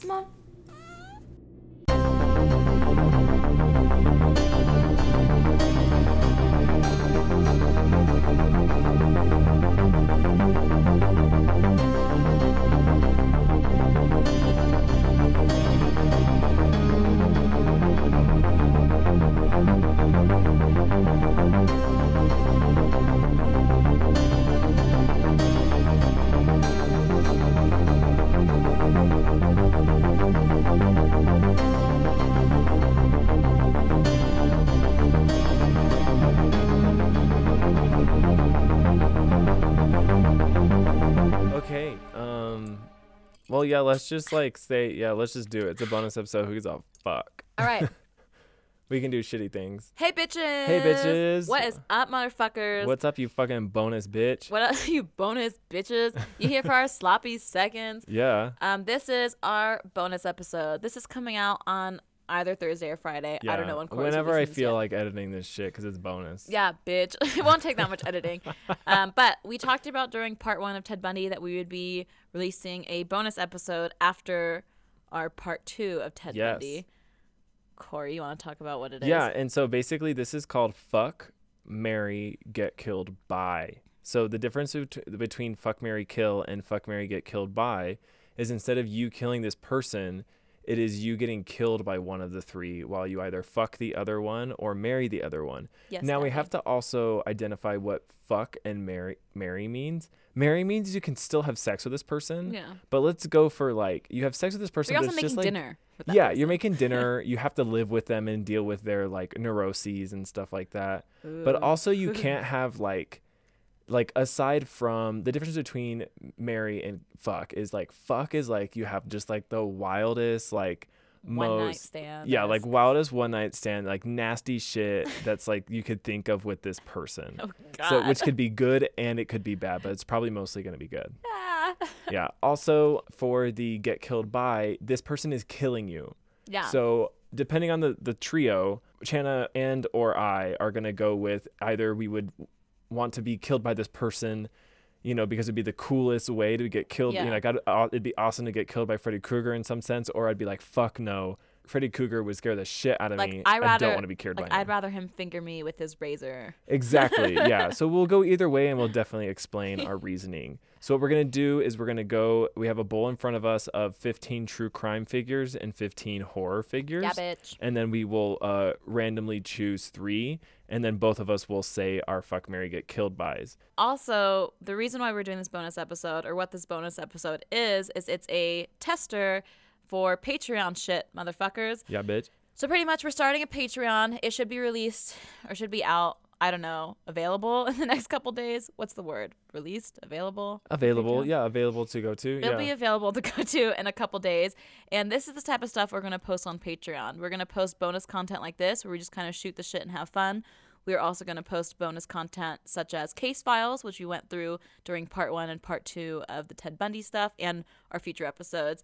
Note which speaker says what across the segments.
Speaker 1: Znam.
Speaker 2: Okay. Um. Well, yeah. Let's just like say, yeah. Let's just do it. It's a bonus episode. Who gives a fuck?
Speaker 1: All right.
Speaker 2: We can do shitty things.
Speaker 1: hey bitches.
Speaker 2: bitches.
Speaker 1: What is up, motherfuckers?
Speaker 2: What's up, you fucking bonus bitch?
Speaker 1: What up, you bonus bitches? You here for our sloppy seconds?
Speaker 2: Yeah.
Speaker 1: Um, this is our bonus episode. This is coming out on either Thursday or Friday.
Speaker 2: Yeah.
Speaker 1: I don't know when. Corey's
Speaker 2: Whenever I
Speaker 1: releasing this
Speaker 2: feel
Speaker 1: yet.
Speaker 2: like editing this shit, because it's bonus.
Speaker 1: Yeah, bitch. it won't take that much editing. Um, but we talked about during part one of Ted Bundy that we would be releasing a bonus episode after our part two of Ted
Speaker 2: Yes.
Speaker 1: Bundy. Corey, you want to talk about what it is?
Speaker 2: Yeah, and so basically this is called fuck Mary get killed by. So the difference bet- between fuck Mary kill and fuck Mary get killed by is instead of you killing this person, it is you getting killed by one of the three while you either fuck the other one or marry the other one.
Speaker 1: Yes,
Speaker 2: now we
Speaker 1: Natalie.
Speaker 2: have to also identify what fuck and marry marry means. Marry means you can still have sex with this person.
Speaker 1: Yeah.
Speaker 2: But let's go for like you have sex with this person.
Speaker 1: We're
Speaker 2: but
Speaker 1: also
Speaker 2: it's
Speaker 1: making
Speaker 2: just, like,
Speaker 1: dinner. With that
Speaker 2: yeah
Speaker 1: person.
Speaker 2: you're making dinner you have to live with them and deal with their like neuroses and stuff like that but also you can't have like like aside from the difference between mary and fuck is like fuck is like you have just like the wildest like
Speaker 1: One night
Speaker 2: most
Speaker 1: stand,
Speaker 2: yeah
Speaker 1: yes.
Speaker 2: like wildest one night stand like nasty shit that's like you could think of with this person
Speaker 1: Oh,
Speaker 2: so
Speaker 1: God.
Speaker 2: which could be good and it could be bad but it's probably mostly going to be good
Speaker 1: Ah.
Speaker 2: yeah also for the get killed by this person is killing you
Speaker 1: yeah.
Speaker 2: so depending on the the trio, Chana and or I are gonna go with either we would want to be killed by this person, you know, because it'd be the coolest way to get killed. You
Speaker 1: Yeah.
Speaker 2: know, like I'd, uh, it'd be awesome to get killed by Freddy Krueger in some sense, or I'd be like, fuck no, Freddy Krueger would scare the shit out of me.
Speaker 1: like I rather
Speaker 2: don't want to be cured
Speaker 1: like,
Speaker 2: by
Speaker 1: I'd
Speaker 2: him.
Speaker 1: rather him finger me with his razor.
Speaker 2: Exactly. Yeah. So we'll go either way and we'll definitely explain our reasoning. So what we're going to do is we're going to go we have a bowl in front of us of 15 true crime figures and 15 horror figures.
Speaker 1: Yeah, bitch.
Speaker 2: And then we will uh, randomly choose 3 and then both of us will say our fuck Mary get killed buys.
Speaker 1: Also, the reason why we're doing this bonus episode, or what this bonus episode is, is it's a tester for Patreon shit, motherfuckers.
Speaker 2: Yeah, bitch.
Speaker 1: So pretty much, we're starting a Patreon. It should be released, or should be out. I don't know. Available in the next couple days. What's the word? Released? Available?
Speaker 2: Available.
Speaker 1: Patreon?
Speaker 2: Yeah, available to go to.
Speaker 1: It'll
Speaker 2: yeah.
Speaker 1: be available to go to in a couple days. And this is the type of stuff we're going to post on Patreon. We're going to post bonus content like this where we just kind of shoot the shit and have fun. We're also going to post bonus content such as case files, which we went through during part one and part two of the Ted Bundy stuff and our future episodes.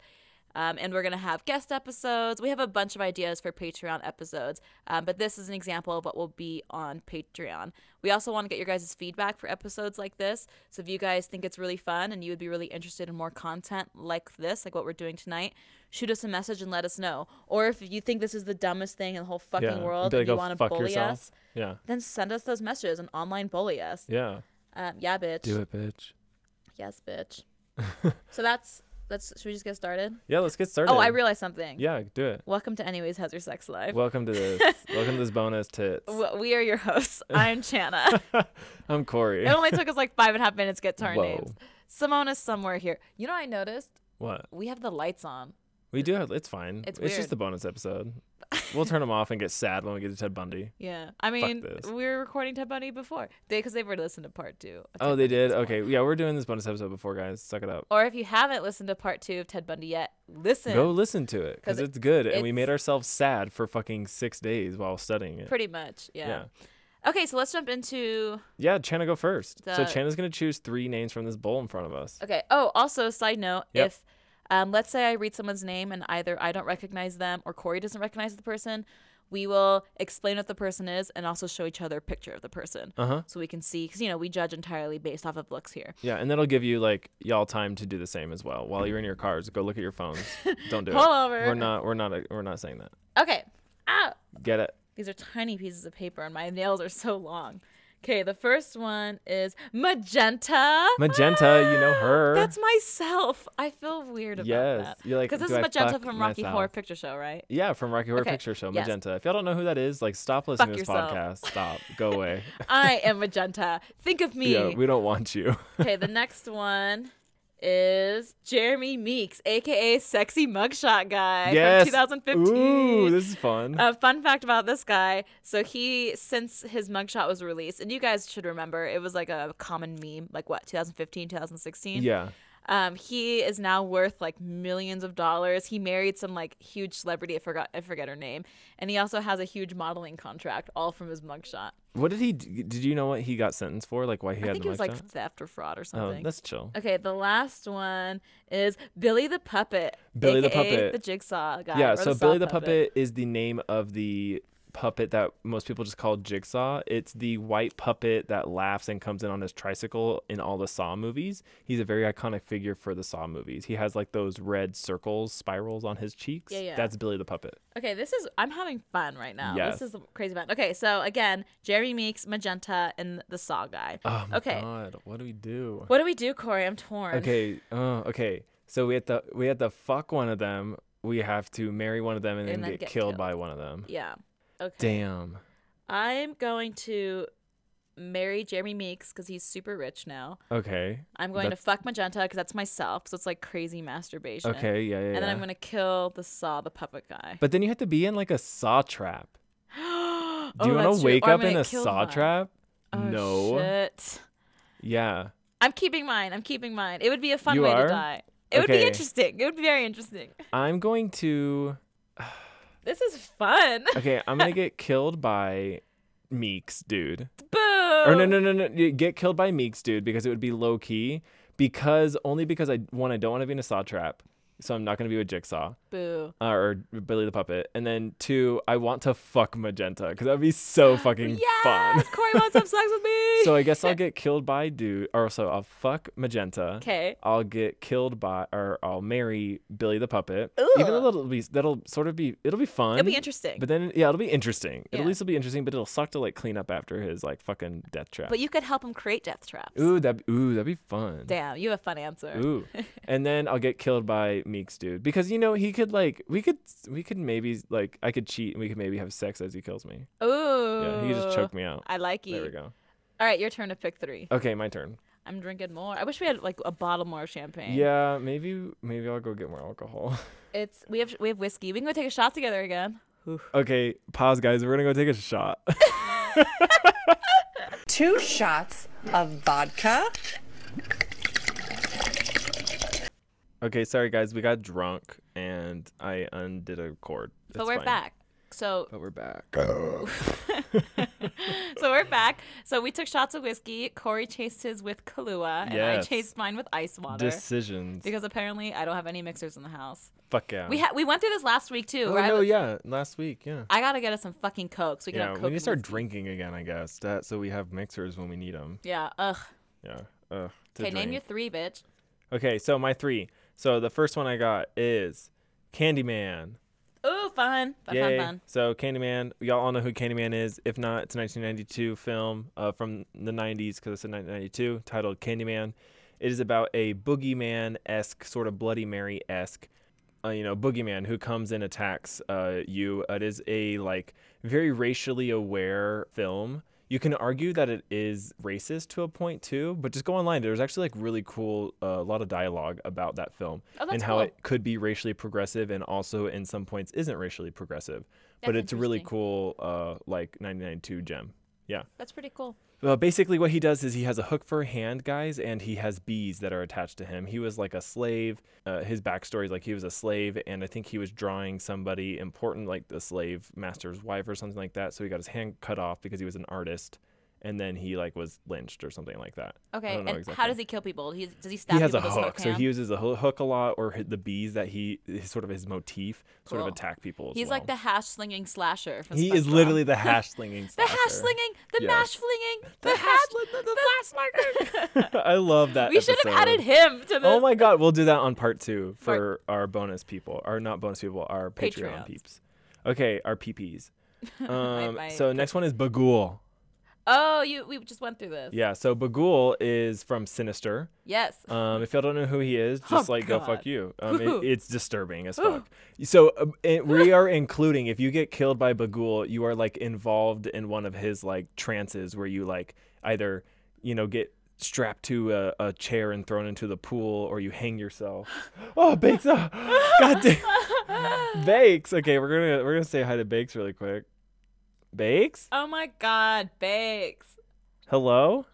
Speaker 1: Um, and we're going to have guest episodes. We have a bunch of ideas for Patreon episodes, um, but this is an example of what will be on Patreon. We also want to get your guys' feedback for episodes like this. So if you guys think it's really fun and you would be really interested in more content like this, like what we're doing tonight, shoot us a message and let us know. Or if you think this is the dumbest thing in the whole fucking
Speaker 2: yeah.
Speaker 1: world
Speaker 2: Be like,
Speaker 1: and you
Speaker 2: "Oh,
Speaker 1: want to
Speaker 2: fuck
Speaker 1: bully
Speaker 2: yourself.
Speaker 1: us,
Speaker 2: Yeah.
Speaker 1: then send us those messages and online bully us.
Speaker 2: Yeah.
Speaker 1: Um, yeah, bitch.
Speaker 2: Do it, bitch.
Speaker 1: Yes, bitch. so that's that's. Should we just get started?
Speaker 2: Yeah, let's get started.
Speaker 1: Oh, I realized something.
Speaker 2: Yeah, do it.
Speaker 1: Welcome to Anyways How's Your Sex Life.
Speaker 2: Welcome to this. Welcome to this bonus tits.
Speaker 1: W- we are your hosts. I'm Chana.
Speaker 2: I'm Corey.
Speaker 1: it only took us like five and a half minutes to get to our
Speaker 2: Whoa.
Speaker 1: names. Simona's somewhere here. You know, I noticed
Speaker 2: What?
Speaker 1: we have the lights on.
Speaker 2: We do have. It's fine.
Speaker 1: It's
Speaker 2: It's, just
Speaker 1: weird.
Speaker 2: the bonus episode. We'll turn them off and get sad when we get to Ted Bundy.
Speaker 1: Yeah, I mean,
Speaker 2: this.
Speaker 1: we were recording Ted Bundy before they because they've already listened to part two. of
Speaker 2: Oh,
Speaker 1: Ted
Speaker 2: they
Speaker 1: Bundy
Speaker 2: did.
Speaker 1: this morning.
Speaker 2: Okay, yeah, we're doing this bonus episode before, guys. Suck it up.
Speaker 1: Or if you haven't listened to part two of Ted Bundy yet, listen.
Speaker 2: Go listen to it
Speaker 1: 'Cause
Speaker 2: because it's good, and we
Speaker 1: it's-
Speaker 2: made ourselves sad for fucking six days while studying it.
Speaker 1: Pretty much, yeah.
Speaker 2: yeah,
Speaker 1: Okay, so let's jump into.
Speaker 2: yeah. Chana, go first.
Speaker 1: The-
Speaker 2: So Chana's gonna choose three names from this bowl in front of us.
Speaker 1: Okay. Oh, also, side note,
Speaker 2: Yep.
Speaker 1: if. Um, let's say I read someone's name and either I don't recognize them or Corey doesn't recognize the person. we will explain what the person is and also show each other a picture of the person
Speaker 2: Uh huh.
Speaker 1: so we can see because you know we judge entirely based off of looks here
Speaker 2: Yeah, and that'll give you like y'all time to do the same as well. While you're in your cars, go look at your phones. Don't do it.
Speaker 1: Pull over.
Speaker 2: We're not. We're not. We're not saying that.
Speaker 1: okay ah
Speaker 2: Get it?
Speaker 1: these are tiny pieces of paper and my nails are so long okay the first one is magenta
Speaker 2: Magenta, you know
Speaker 1: Ah,
Speaker 2: her.
Speaker 1: that's myself i feel weird about
Speaker 2: yes.
Speaker 1: that
Speaker 2: You're like
Speaker 1: because this
Speaker 2: "Do
Speaker 1: is
Speaker 2: I
Speaker 1: magenta
Speaker 2: fuck
Speaker 1: from rocky
Speaker 2: myself?"
Speaker 1: horror picture show right
Speaker 2: Yeah, from Rocky Horror
Speaker 1: Okay,
Speaker 2: Picture Show,
Speaker 1: yes.
Speaker 2: Magenta. If y'all don't know who that is, like stop
Speaker 1: Fuck
Speaker 2: listening to this
Speaker 1: yourself.
Speaker 2: podcast. Stop. Go away.
Speaker 1: i am magenta think of me
Speaker 2: yeah, we don't want you.
Speaker 1: Okay, the next one is Jeremy Meeks, aka Sexy Mugshot Guy
Speaker 2: yes.
Speaker 1: from 2015.
Speaker 2: Ooh, this is fun.
Speaker 1: a fun fact about this guy so he since his mugshot was released and you guys should remember it was like a common meme like what 2015 2016
Speaker 2: yeah.
Speaker 1: um he is now worth like millions of dollars he married some like huge celebrity i forgot i forget her name and he also has a huge modeling contract all from his mugshot
Speaker 2: What did he? d- Did you know what he got sentenced for? Like why he
Speaker 1: i
Speaker 2: had
Speaker 1: think
Speaker 2: the
Speaker 1: it was like
Speaker 2: mugshot?
Speaker 1: theft or fraud or
Speaker 2: Oh,
Speaker 1: something
Speaker 2: that's chill.
Speaker 1: Okay, the last one is Billy the Puppet.
Speaker 2: Billy the
Speaker 1: AKA
Speaker 2: Puppet.
Speaker 1: The jigsaw guy.
Speaker 2: yeah.
Speaker 1: or
Speaker 2: So
Speaker 1: saw
Speaker 2: Billy the puppet is the name of the puppet that most people just call Jigsaw. It's the white puppet that laughs and comes in on his tricycle in all the Saw movies. He's a very iconic figure for the Saw movies. He has like those red circles, spirals on his cheeks.
Speaker 1: Yeah, yeah.
Speaker 2: That's Billy the puppet.
Speaker 1: Okay, this is I'm having fun right now.
Speaker 2: Yes.
Speaker 1: This is crazy fun. Okay, so again, Jerry Meeks, Magenta, and the Saw guy.
Speaker 2: Oh my
Speaker 1: Okay.
Speaker 2: god, what do we do?
Speaker 1: What do we do, Corey? I'm torn.
Speaker 2: Okay, uh, okay. So we had to we had to fuck one of them. We have to marry one of them and, then, get, killed, by one of them.
Speaker 1: Yeah. Okay.
Speaker 2: Damn.
Speaker 1: I'm going to marry Jeremy Meeks because he's super rich now.
Speaker 2: Okay.
Speaker 1: I'm going
Speaker 2: That's-
Speaker 1: to fuck Magenta because that's myself. So it's like crazy masturbation.
Speaker 2: Okay. Yeah. Yeah.
Speaker 1: And then
Speaker 2: yeah.
Speaker 1: I'm going to kill the Saw, the puppet guy.
Speaker 2: But then you have to be in like a saw trap.
Speaker 1: Do
Speaker 2: Do you want to wake up in a saw trap?
Speaker 1: Oh,
Speaker 2: no.
Speaker 1: Shit.
Speaker 2: Yeah.
Speaker 1: I'm keeping mine. I'm keeping mine. It would be a fun
Speaker 2: You
Speaker 1: way
Speaker 2: are?
Speaker 1: to die. It would
Speaker 2: Okay.
Speaker 1: be interesting. It would be very interesting.
Speaker 2: I'm going to.
Speaker 1: This is fun.
Speaker 2: Okay. I'm gonna get killed by Meeks, dude.
Speaker 1: Boo.
Speaker 2: Or
Speaker 1: Oh.
Speaker 2: no, no, no, no. you Get killed by Meeks, dude, because it would be low key. Because only because I one I don't want to be in a saw trap, so I'm not gonna be with Jigsaw.
Speaker 1: Boo.
Speaker 2: uh, or Billy the Puppet, and then two, I want to fuck Magenta because that'd be so fucking fun.
Speaker 1: Yes. Corey wants to have sex with me.
Speaker 2: so I guess I'll get killed by dude, or so I'll fuck Magenta.
Speaker 1: okay.
Speaker 2: I'll get killed by, or I'll marry Billy the Puppet. Even
Speaker 1: Ugh.
Speaker 2: though that'll be, that'll sort of be, it'll be fun.
Speaker 1: It'll be interesting.
Speaker 2: But
Speaker 1: But,
Speaker 2: then, yeah, it'll be interesting. It at
Speaker 1: Yeah.
Speaker 2: least it'll be interesting, but it'll suck to like clean up after his like fucking death trap.
Speaker 1: you could help him create death traps.
Speaker 2: ooh, that, ooh, that'd be fun.
Speaker 1: Damn, you have a fun answer.
Speaker 2: Ooh. and then I'll get killed by Meeks dude because you know he could like we could we could maybe like I could cheat and we could maybe have sex as he kills me.
Speaker 1: Ooh.
Speaker 2: Yeah, he could just choked me out.
Speaker 1: I like
Speaker 2: There we
Speaker 1: you.
Speaker 2: go.
Speaker 1: All right, your turn to pick three.
Speaker 2: Okay, my turn.
Speaker 1: I'm drinking more. I wish we had like a bottle more of champagne.
Speaker 2: Yeah, maybe maybe I'll go get more alcohol.
Speaker 1: It's we have we have whiskey. We can go take a shot together again.
Speaker 2: okay, pause guys. We're going to go take a shot.
Speaker 3: two shots of vodka.
Speaker 2: okay, sorry guys. We got drunk and I undid a cord.
Speaker 1: But
Speaker 2: It's
Speaker 1: we're
Speaker 2: fine.
Speaker 1: back. So
Speaker 2: But we're back.
Speaker 1: so we're back. So we took shots of whiskey. Corey chased his with Kahlua, and I
Speaker 2: Yes.
Speaker 1: chased mine with ice water.
Speaker 2: Decisions.
Speaker 1: because apparently I don't have any mixers in the house.
Speaker 2: Fuck yeah.
Speaker 1: We ha- we went through this last week too.
Speaker 2: Oh
Speaker 1: where I
Speaker 2: no,
Speaker 1: was-
Speaker 2: yeah, last week, yeah.
Speaker 1: I gotta get us some fucking cokes. we can
Speaker 2: Yeah,
Speaker 1: have coke.
Speaker 2: we need to
Speaker 1: and
Speaker 2: start
Speaker 1: whiskey.
Speaker 2: drinking again, I guess. That so we have mixers when we need them.
Speaker 1: Yeah. Ugh.
Speaker 2: Yeah. Ugh, to
Speaker 1: Okay, name
Speaker 2: drain.
Speaker 1: your three, bitch.
Speaker 2: Okay, so my three. So the first one I got is Candyman.
Speaker 1: Ooh, fun. Fun,
Speaker 2: Yay.
Speaker 1: fun, fun.
Speaker 2: So Candyman, y'all all know who Candyman is. If not, it's a 1992 film uh, from the 90s because it's in 1992, titled Candyman. It is about a boogeyman esque, sort of Bloody Mary esque, uh, you know, boogeyman who comes and attacks uh, you. It is a like very racially aware film. You can argue that it is racist to a point too, but just go online. There's actually like really cool, a lot of dialogue about that film
Speaker 1: Oh, that's
Speaker 2: and how
Speaker 1: cool.
Speaker 2: it could be racially progressive and also in some points isn't racially progressive. but
Speaker 1: That's
Speaker 2: it's a really
Speaker 1: interesting.
Speaker 2: cool, uh, like 992 gem. Yeah.
Speaker 1: That's pretty cool.
Speaker 2: Well, basically, what he does is he has a hook for a hand, guys, and he has bees that are attached to him. He was like a slave. Uh, his backstory is like he was a slave, and I think he was drawing somebody important, like the slave master's wife or something like that. So he got his hand cut off because he was an artist. and then he like was lynched or something like that. I
Speaker 1: Okay,
Speaker 2: don't
Speaker 1: and
Speaker 2: know
Speaker 1: how
Speaker 2: exactly.
Speaker 1: does he kill people? He, does he stab
Speaker 2: he has a
Speaker 1: people with
Speaker 2: hook, so
Speaker 1: ham?
Speaker 2: he uses a hoo- hook a lot, or hit the bees that he is sort of his motif, sort
Speaker 1: Cool.
Speaker 2: of attack people. As
Speaker 1: He's like the
Speaker 2: well.
Speaker 1: hash slinging slasher. From
Speaker 2: he is
Speaker 1: SpongeBob.
Speaker 2: literally the hash slinging.
Speaker 1: the hash slinging, the
Speaker 2: Yes.
Speaker 1: mash flinging, the,
Speaker 2: The
Speaker 1: the
Speaker 2: hash-
Speaker 1: the, the flash marker.
Speaker 2: I love that.
Speaker 1: we should have
Speaker 2: episode.
Speaker 1: added him to this.
Speaker 2: Oh my god, we'll do that on part two
Speaker 1: Part-
Speaker 2: for our bonus people, or not bonus people, our Patreon
Speaker 1: Patreons.
Speaker 2: peeps. Okay, our PPs. Um,
Speaker 1: my
Speaker 2: so next one is Bagul.
Speaker 1: Oh, you. We just went through this.
Speaker 2: Yeah, so Bagul is from Sinister.
Speaker 1: Yes.
Speaker 2: Um, if y'all don't know who he is, just like go fuck
Speaker 1: God.
Speaker 2: you. Um, it- it's disturbing as fuck. So um, it, we are including if you get killed by Bagul, you are like involved in one of his like trances where you like either you know get strapped to a, a chair and thrown into the pool, or you hang yourself. oh, Bakes! Oh, God damn, Bakes. Okay, we're gonna we're gonna say hi to Bakes really quick. Bakes,
Speaker 1: oh my God, Bakes.
Speaker 2: hello.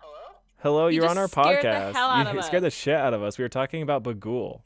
Speaker 2: Hello,
Speaker 1: You
Speaker 2: you're on our
Speaker 1: just
Speaker 2: podcast.
Speaker 1: scared the hell out
Speaker 2: you
Speaker 1: of
Speaker 2: scared the
Speaker 1: us.
Speaker 2: shit out of us. We were talking about Bagul.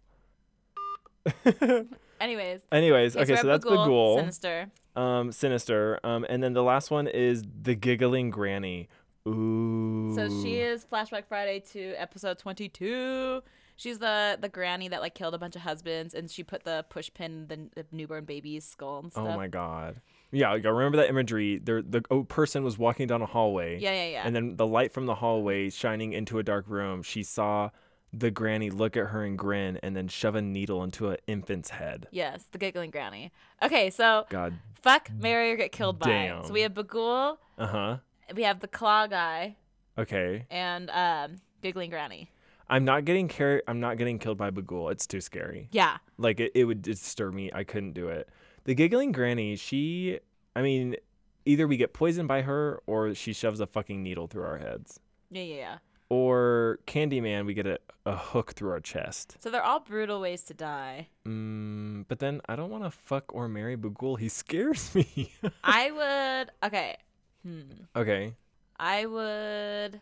Speaker 1: Anyways.
Speaker 2: Anyways, okay,
Speaker 1: we're
Speaker 2: so
Speaker 1: at
Speaker 2: that's Bagul,
Speaker 1: Sinister.
Speaker 2: um, sinister, um, and then the last one is the giggling granny. Ooh.
Speaker 1: So she is Flashback Friday to episode 22. She's the the granny that like killed a bunch of husbands, and she put the push pin in the, the newborn baby's skull and stuff.
Speaker 2: Oh my god. Yeah, like, I remember that imagery. There, the oh, person was walking down a hallway.
Speaker 1: Yeah, yeah, yeah.
Speaker 2: And then the light from the hallway shining into a dark room. She saw the granny look at her and grin, and then shove a needle into an infant's head.
Speaker 1: Yes, the giggling granny. Okay, so
Speaker 2: God.
Speaker 1: fuck, marry, or get killed by.
Speaker 2: Damn.
Speaker 1: So we have Bagul,
Speaker 2: Uh huh.
Speaker 1: we have the claw guy,
Speaker 2: Okay.
Speaker 1: and um, giggling granny.
Speaker 2: I'm not getting car- I'm not getting killed by Bagul. It's too scary.
Speaker 1: Yeah.
Speaker 2: Like it, it would disturb me. I couldn't do it. The giggling granny, she I mean, either we get poisoned by her or she shoves a fucking needle through our heads.
Speaker 1: Yeah, yeah, yeah.
Speaker 2: Or Candyman, we get a, a hook through our chest.
Speaker 1: So they're all brutal ways to die.
Speaker 2: Mm, but then I don't want to fuck or marry Bagul. He scares me.
Speaker 1: I would. Okay. Hmm.
Speaker 2: okay.
Speaker 1: I would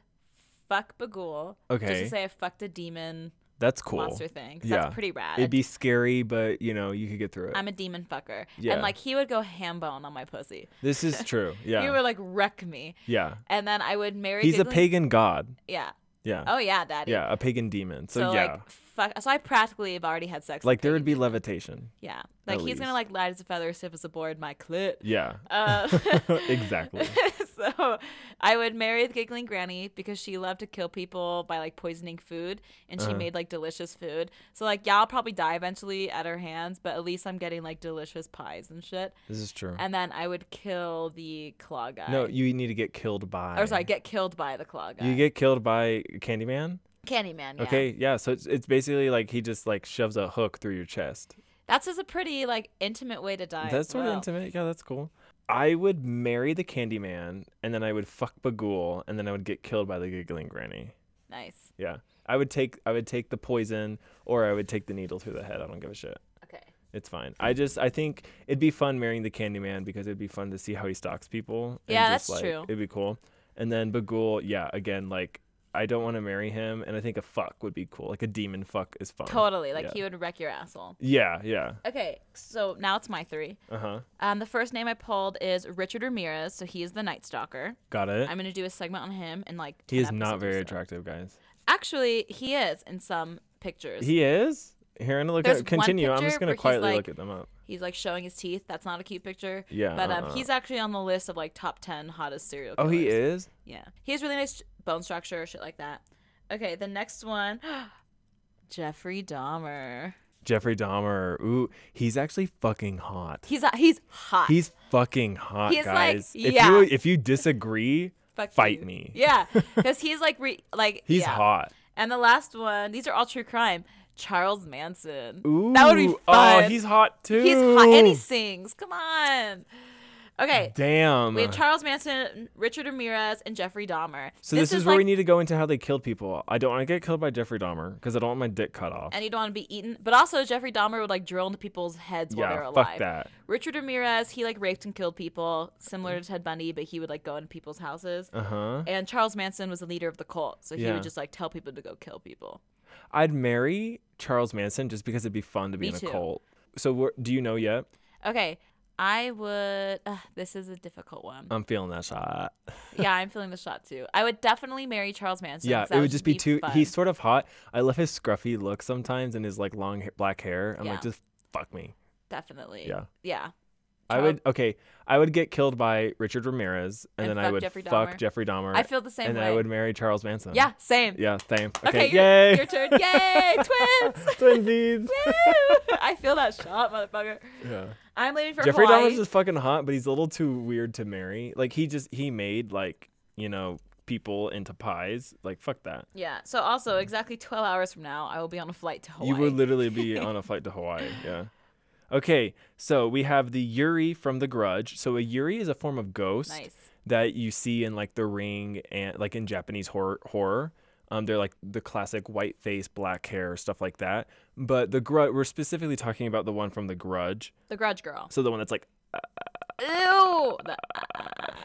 Speaker 1: fuck Bagul. Just
Speaker 2: Okay.
Speaker 1: to say I fucked a demon
Speaker 2: That's cool.
Speaker 1: monster thing. 'cause
Speaker 2: Yeah.
Speaker 1: That's pretty rad.
Speaker 2: It'd be scary, but you know, you could get through it.
Speaker 1: I'm a demon fucker.
Speaker 2: Yeah.
Speaker 1: And like he would go ham bone on my pussy.
Speaker 2: this is true.
Speaker 1: He
Speaker 2: Yeah.
Speaker 1: would like wreck me.
Speaker 2: yeah.
Speaker 1: And then I would marry
Speaker 2: He's a
Speaker 1: Giggling-
Speaker 2: pagan god.
Speaker 1: Yeah.
Speaker 2: Yeah.
Speaker 1: Oh yeah, daddy.
Speaker 2: Yeah, a pagan demon. So, yeah.
Speaker 1: like fuck so I practically have already had sex.
Speaker 2: like
Speaker 1: with
Speaker 2: there would
Speaker 1: pagan
Speaker 2: be levitation.
Speaker 1: demon. Yeah. Like he's
Speaker 2: least.
Speaker 1: gonna like light as a feather, stiff as a board, my clit.
Speaker 2: Yeah.
Speaker 1: Uh,
Speaker 2: exactly.
Speaker 1: so I would marry the giggling granny because she loved to kill people by like poisoning food and
Speaker 2: Uh-huh.
Speaker 1: she made like delicious food. So like yeah, I'll probably die eventually at her hands, but at least I'm getting like delicious pies and shit.
Speaker 2: This is true.
Speaker 1: And then I would kill the claw guy.
Speaker 2: No, you need to get killed by.
Speaker 1: or sorry, get killed by the claw guy.
Speaker 2: You get killed by Candyman.
Speaker 1: Candyman. Yeah.
Speaker 2: Okay, yeah. So it's, it's basically like he just like shoves a hook through your chest.
Speaker 1: That's just a pretty like intimate way to die.
Speaker 2: that's
Speaker 1: as
Speaker 2: sort
Speaker 1: well.
Speaker 2: of intimate. Yeah, that's cool. I would marry the Candyman, and then I would fuck Bagul, and then I would get killed by the giggling granny.
Speaker 1: Nice.
Speaker 2: Yeah, I would take I would take the poison, or I would take the needle through the head. I don't give a shit.
Speaker 1: Okay.
Speaker 2: It's fine. I just I think it'd be fun marrying the Candyman because it'd be fun to see how he stalks people. and
Speaker 1: Yeah,
Speaker 2: just,
Speaker 1: that's
Speaker 2: like,
Speaker 1: true.
Speaker 2: It'd be cool. And then Bagul, yeah, again, like I don't want to marry him, and I think a fuck would be cool. Like a demon fuck is fun.
Speaker 1: Totally. Like
Speaker 2: yeah.
Speaker 1: he would wreck your asshole.
Speaker 2: Yeah, yeah.
Speaker 1: Okay, so now it's my three.
Speaker 2: Uh huh.
Speaker 1: Um, the first name I pulled is Richard Ramirez, so he is the Night Stalker.
Speaker 2: Got it.
Speaker 1: I'm gonna do a segment on him and like.
Speaker 2: he
Speaker 1: 10
Speaker 2: is not
Speaker 1: episodes
Speaker 2: very
Speaker 1: or so.
Speaker 2: attractive, guys.
Speaker 1: Actually, he is in some pictures.
Speaker 2: He is. Here, I'm gonna look
Speaker 1: There's
Speaker 2: at
Speaker 1: one
Speaker 2: continue. I'm just
Speaker 1: picture where
Speaker 2: gonna
Speaker 1: he's,
Speaker 2: quietly
Speaker 1: like-
Speaker 2: look at them up.
Speaker 1: he's like showing his teeth. That's not a cute picture.
Speaker 2: Yeah,
Speaker 1: But um,
Speaker 2: uh-uh.
Speaker 1: he's actually on the list of like top ten hottest serial.
Speaker 2: Oh,
Speaker 1: killers.
Speaker 2: he is.
Speaker 1: Yeah, he has really nice bone structure, shit like that. Okay, the next one, Jeffrey Dahmer.
Speaker 2: Jeffrey Dahmer. Ooh, he's actually fucking hot.
Speaker 1: He's uh, he's hot.
Speaker 2: He's fucking hot,
Speaker 1: He's like,
Speaker 2: guys.
Speaker 1: yeah.
Speaker 2: If you if you disagree,
Speaker 1: Fuck
Speaker 2: fight
Speaker 1: you.
Speaker 2: me.
Speaker 1: Yeah, because he's like re- like
Speaker 2: He's
Speaker 1: yeah.
Speaker 2: hot.
Speaker 1: And the last one, these are all true crime. Charles Manson. that would be
Speaker 2: Ooh,
Speaker 1: fun.
Speaker 2: Oh, he's hot too.
Speaker 1: He's hot and he sings. Come on. Okay.
Speaker 2: Damn.
Speaker 1: We have Charles Manson, Richard Ramirez, and Jeffrey Dahmer.
Speaker 2: so this, is, where we
Speaker 1: like-
Speaker 2: need to go into how they killed people. I don't want to get killed by Jeffrey Dahmer because I don't want my dick cut off.
Speaker 1: And you don't want to be eaten. But also, Jeffrey Dahmer would like drill into people's heads while
Speaker 2: Yeah,
Speaker 1: they're
Speaker 2: fuck
Speaker 1: alive.
Speaker 2: that.
Speaker 1: Richard Ramirez, he like raped and killed people, similar to Ted Bundy, but he would like go into people's houses.
Speaker 2: Uh huh.
Speaker 1: And Charles Manson was the leader of the cult, so he
Speaker 2: Yeah.
Speaker 1: would just like tell people to go kill people.
Speaker 2: I'd marry Charles Manson just because it'd be fun to be
Speaker 1: Me
Speaker 2: in a
Speaker 1: too.
Speaker 2: cult. So where, do you know yet?
Speaker 1: Okay, I would. Uh, this is a difficult one.
Speaker 2: I'm feeling that shot.
Speaker 1: yeah, I'm feeling the shot too. I would definitely marry Charles Manson.
Speaker 2: Yeah,
Speaker 1: 'cause that
Speaker 2: it would just be too.
Speaker 1: fun.
Speaker 2: He's sort of hot. I love his scruffy look sometimes and his like long ha- black hair. I'm
Speaker 1: Yeah.
Speaker 2: like, just fuck me.
Speaker 1: definitely.
Speaker 2: Yeah.
Speaker 1: Yeah.
Speaker 2: I
Speaker 1: Charles-
Speaker 2: would okay. I would get killed by Richard Ramirez, and,
Speaker 1: And
Speaker 2: then I
Speaker 1: fuck
Speaker 2: would
Speaker 1: Jeffrey
Speaker 2: fuck
Speaker 1: Dahmer.
Speaker 2: Jeffrey Dahmer.
Speaker 1: I feel the same
Speaker 2: and
Speaker 1: way.
Speaker 2: I would marry Charles Manson.
Speaker 1: Yeah. Same.
Speaker 2: Yeah. Same.
Speaker 1: Okay.
Speaker 2: Okay.
Speaker 1: your-
Speaker 2: yay.
Speaker 1: Your turn. Yay. Twins.
Speaker 2: Twinsies.
Speaker 1: Woo! I feel that shot, motherfucker.
Speaker 2: yeah.
Speaker 1: I'm leaving for
Speaker 2: Jeffrey
Speaker 1: Hawaii.
Speaker 2: Dahmer's is fucking hot, but he's a little too weird to marry. Like he just he made like you know people into pies. Like fuck that.
Speaker 1: yeah. So also, exactly 12 hours from now, I will be on a flight to Hawaii.
Speaker 2: You would literally be on a flight to Hawaii. Yeah. Okay, so we have the Yuri from The Grudge. So a Yuri is a form of ghost
Speaker 1: Nice.
Speaker 2: that you see in like The Ring and like in Japanese horror. horror. Um, they're like the classic white face, black hair, stuff like that. But the grudge, we're specifically talking about the one from The Grudge.
Speaker 1: The Grudge Girl.
Speaker 2: So the one that's like,
Speaker 1: Ew. uh, The-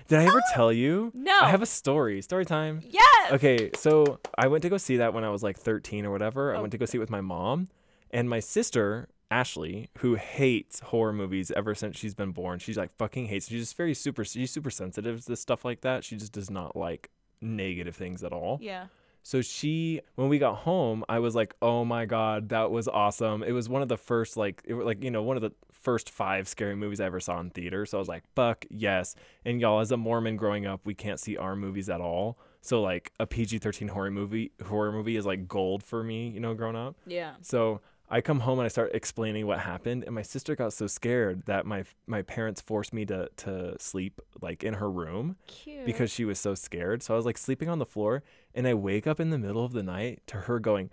Speaker 2: did I ever tell you?
Speaker 1: No.
Speaker 2: I have a story. Story time.
Speaker 1: yes.
Speaker 2: Okay, so I went to go see that when I was like 13 or whatever. I went to go see it with my mom and my sister, Ashley, who hates horror movies ever since she's been born. She's like fucking hates. She's just very super she's super sensitive to stuff like that. She just does not like negative things at all.
Speaker 1: Yeah.
Speaker 2: So she, when we got home, I was like, "Oh my god, that was awesome!" It was one of the first, like, it was like you know, one of the first five scary movies I ever saw in theater. So I was like, "Fuck yes!" And y'all, as a Mormon growing up, we can't see our movies at all. So like a PG-13 horror movie, horror movie is like gold for me, you know, growing up.
Speaker 1: Yeah.
Speaker 2: So I come home and I start explaining what happened, and my sister got so scared that my my parents forced me to to sleep like in her room
Speaker 1: Cute.
Speaker 2: because she was so scared. So I was like sleeping on the floor, and I wake up in the middle of the night to her going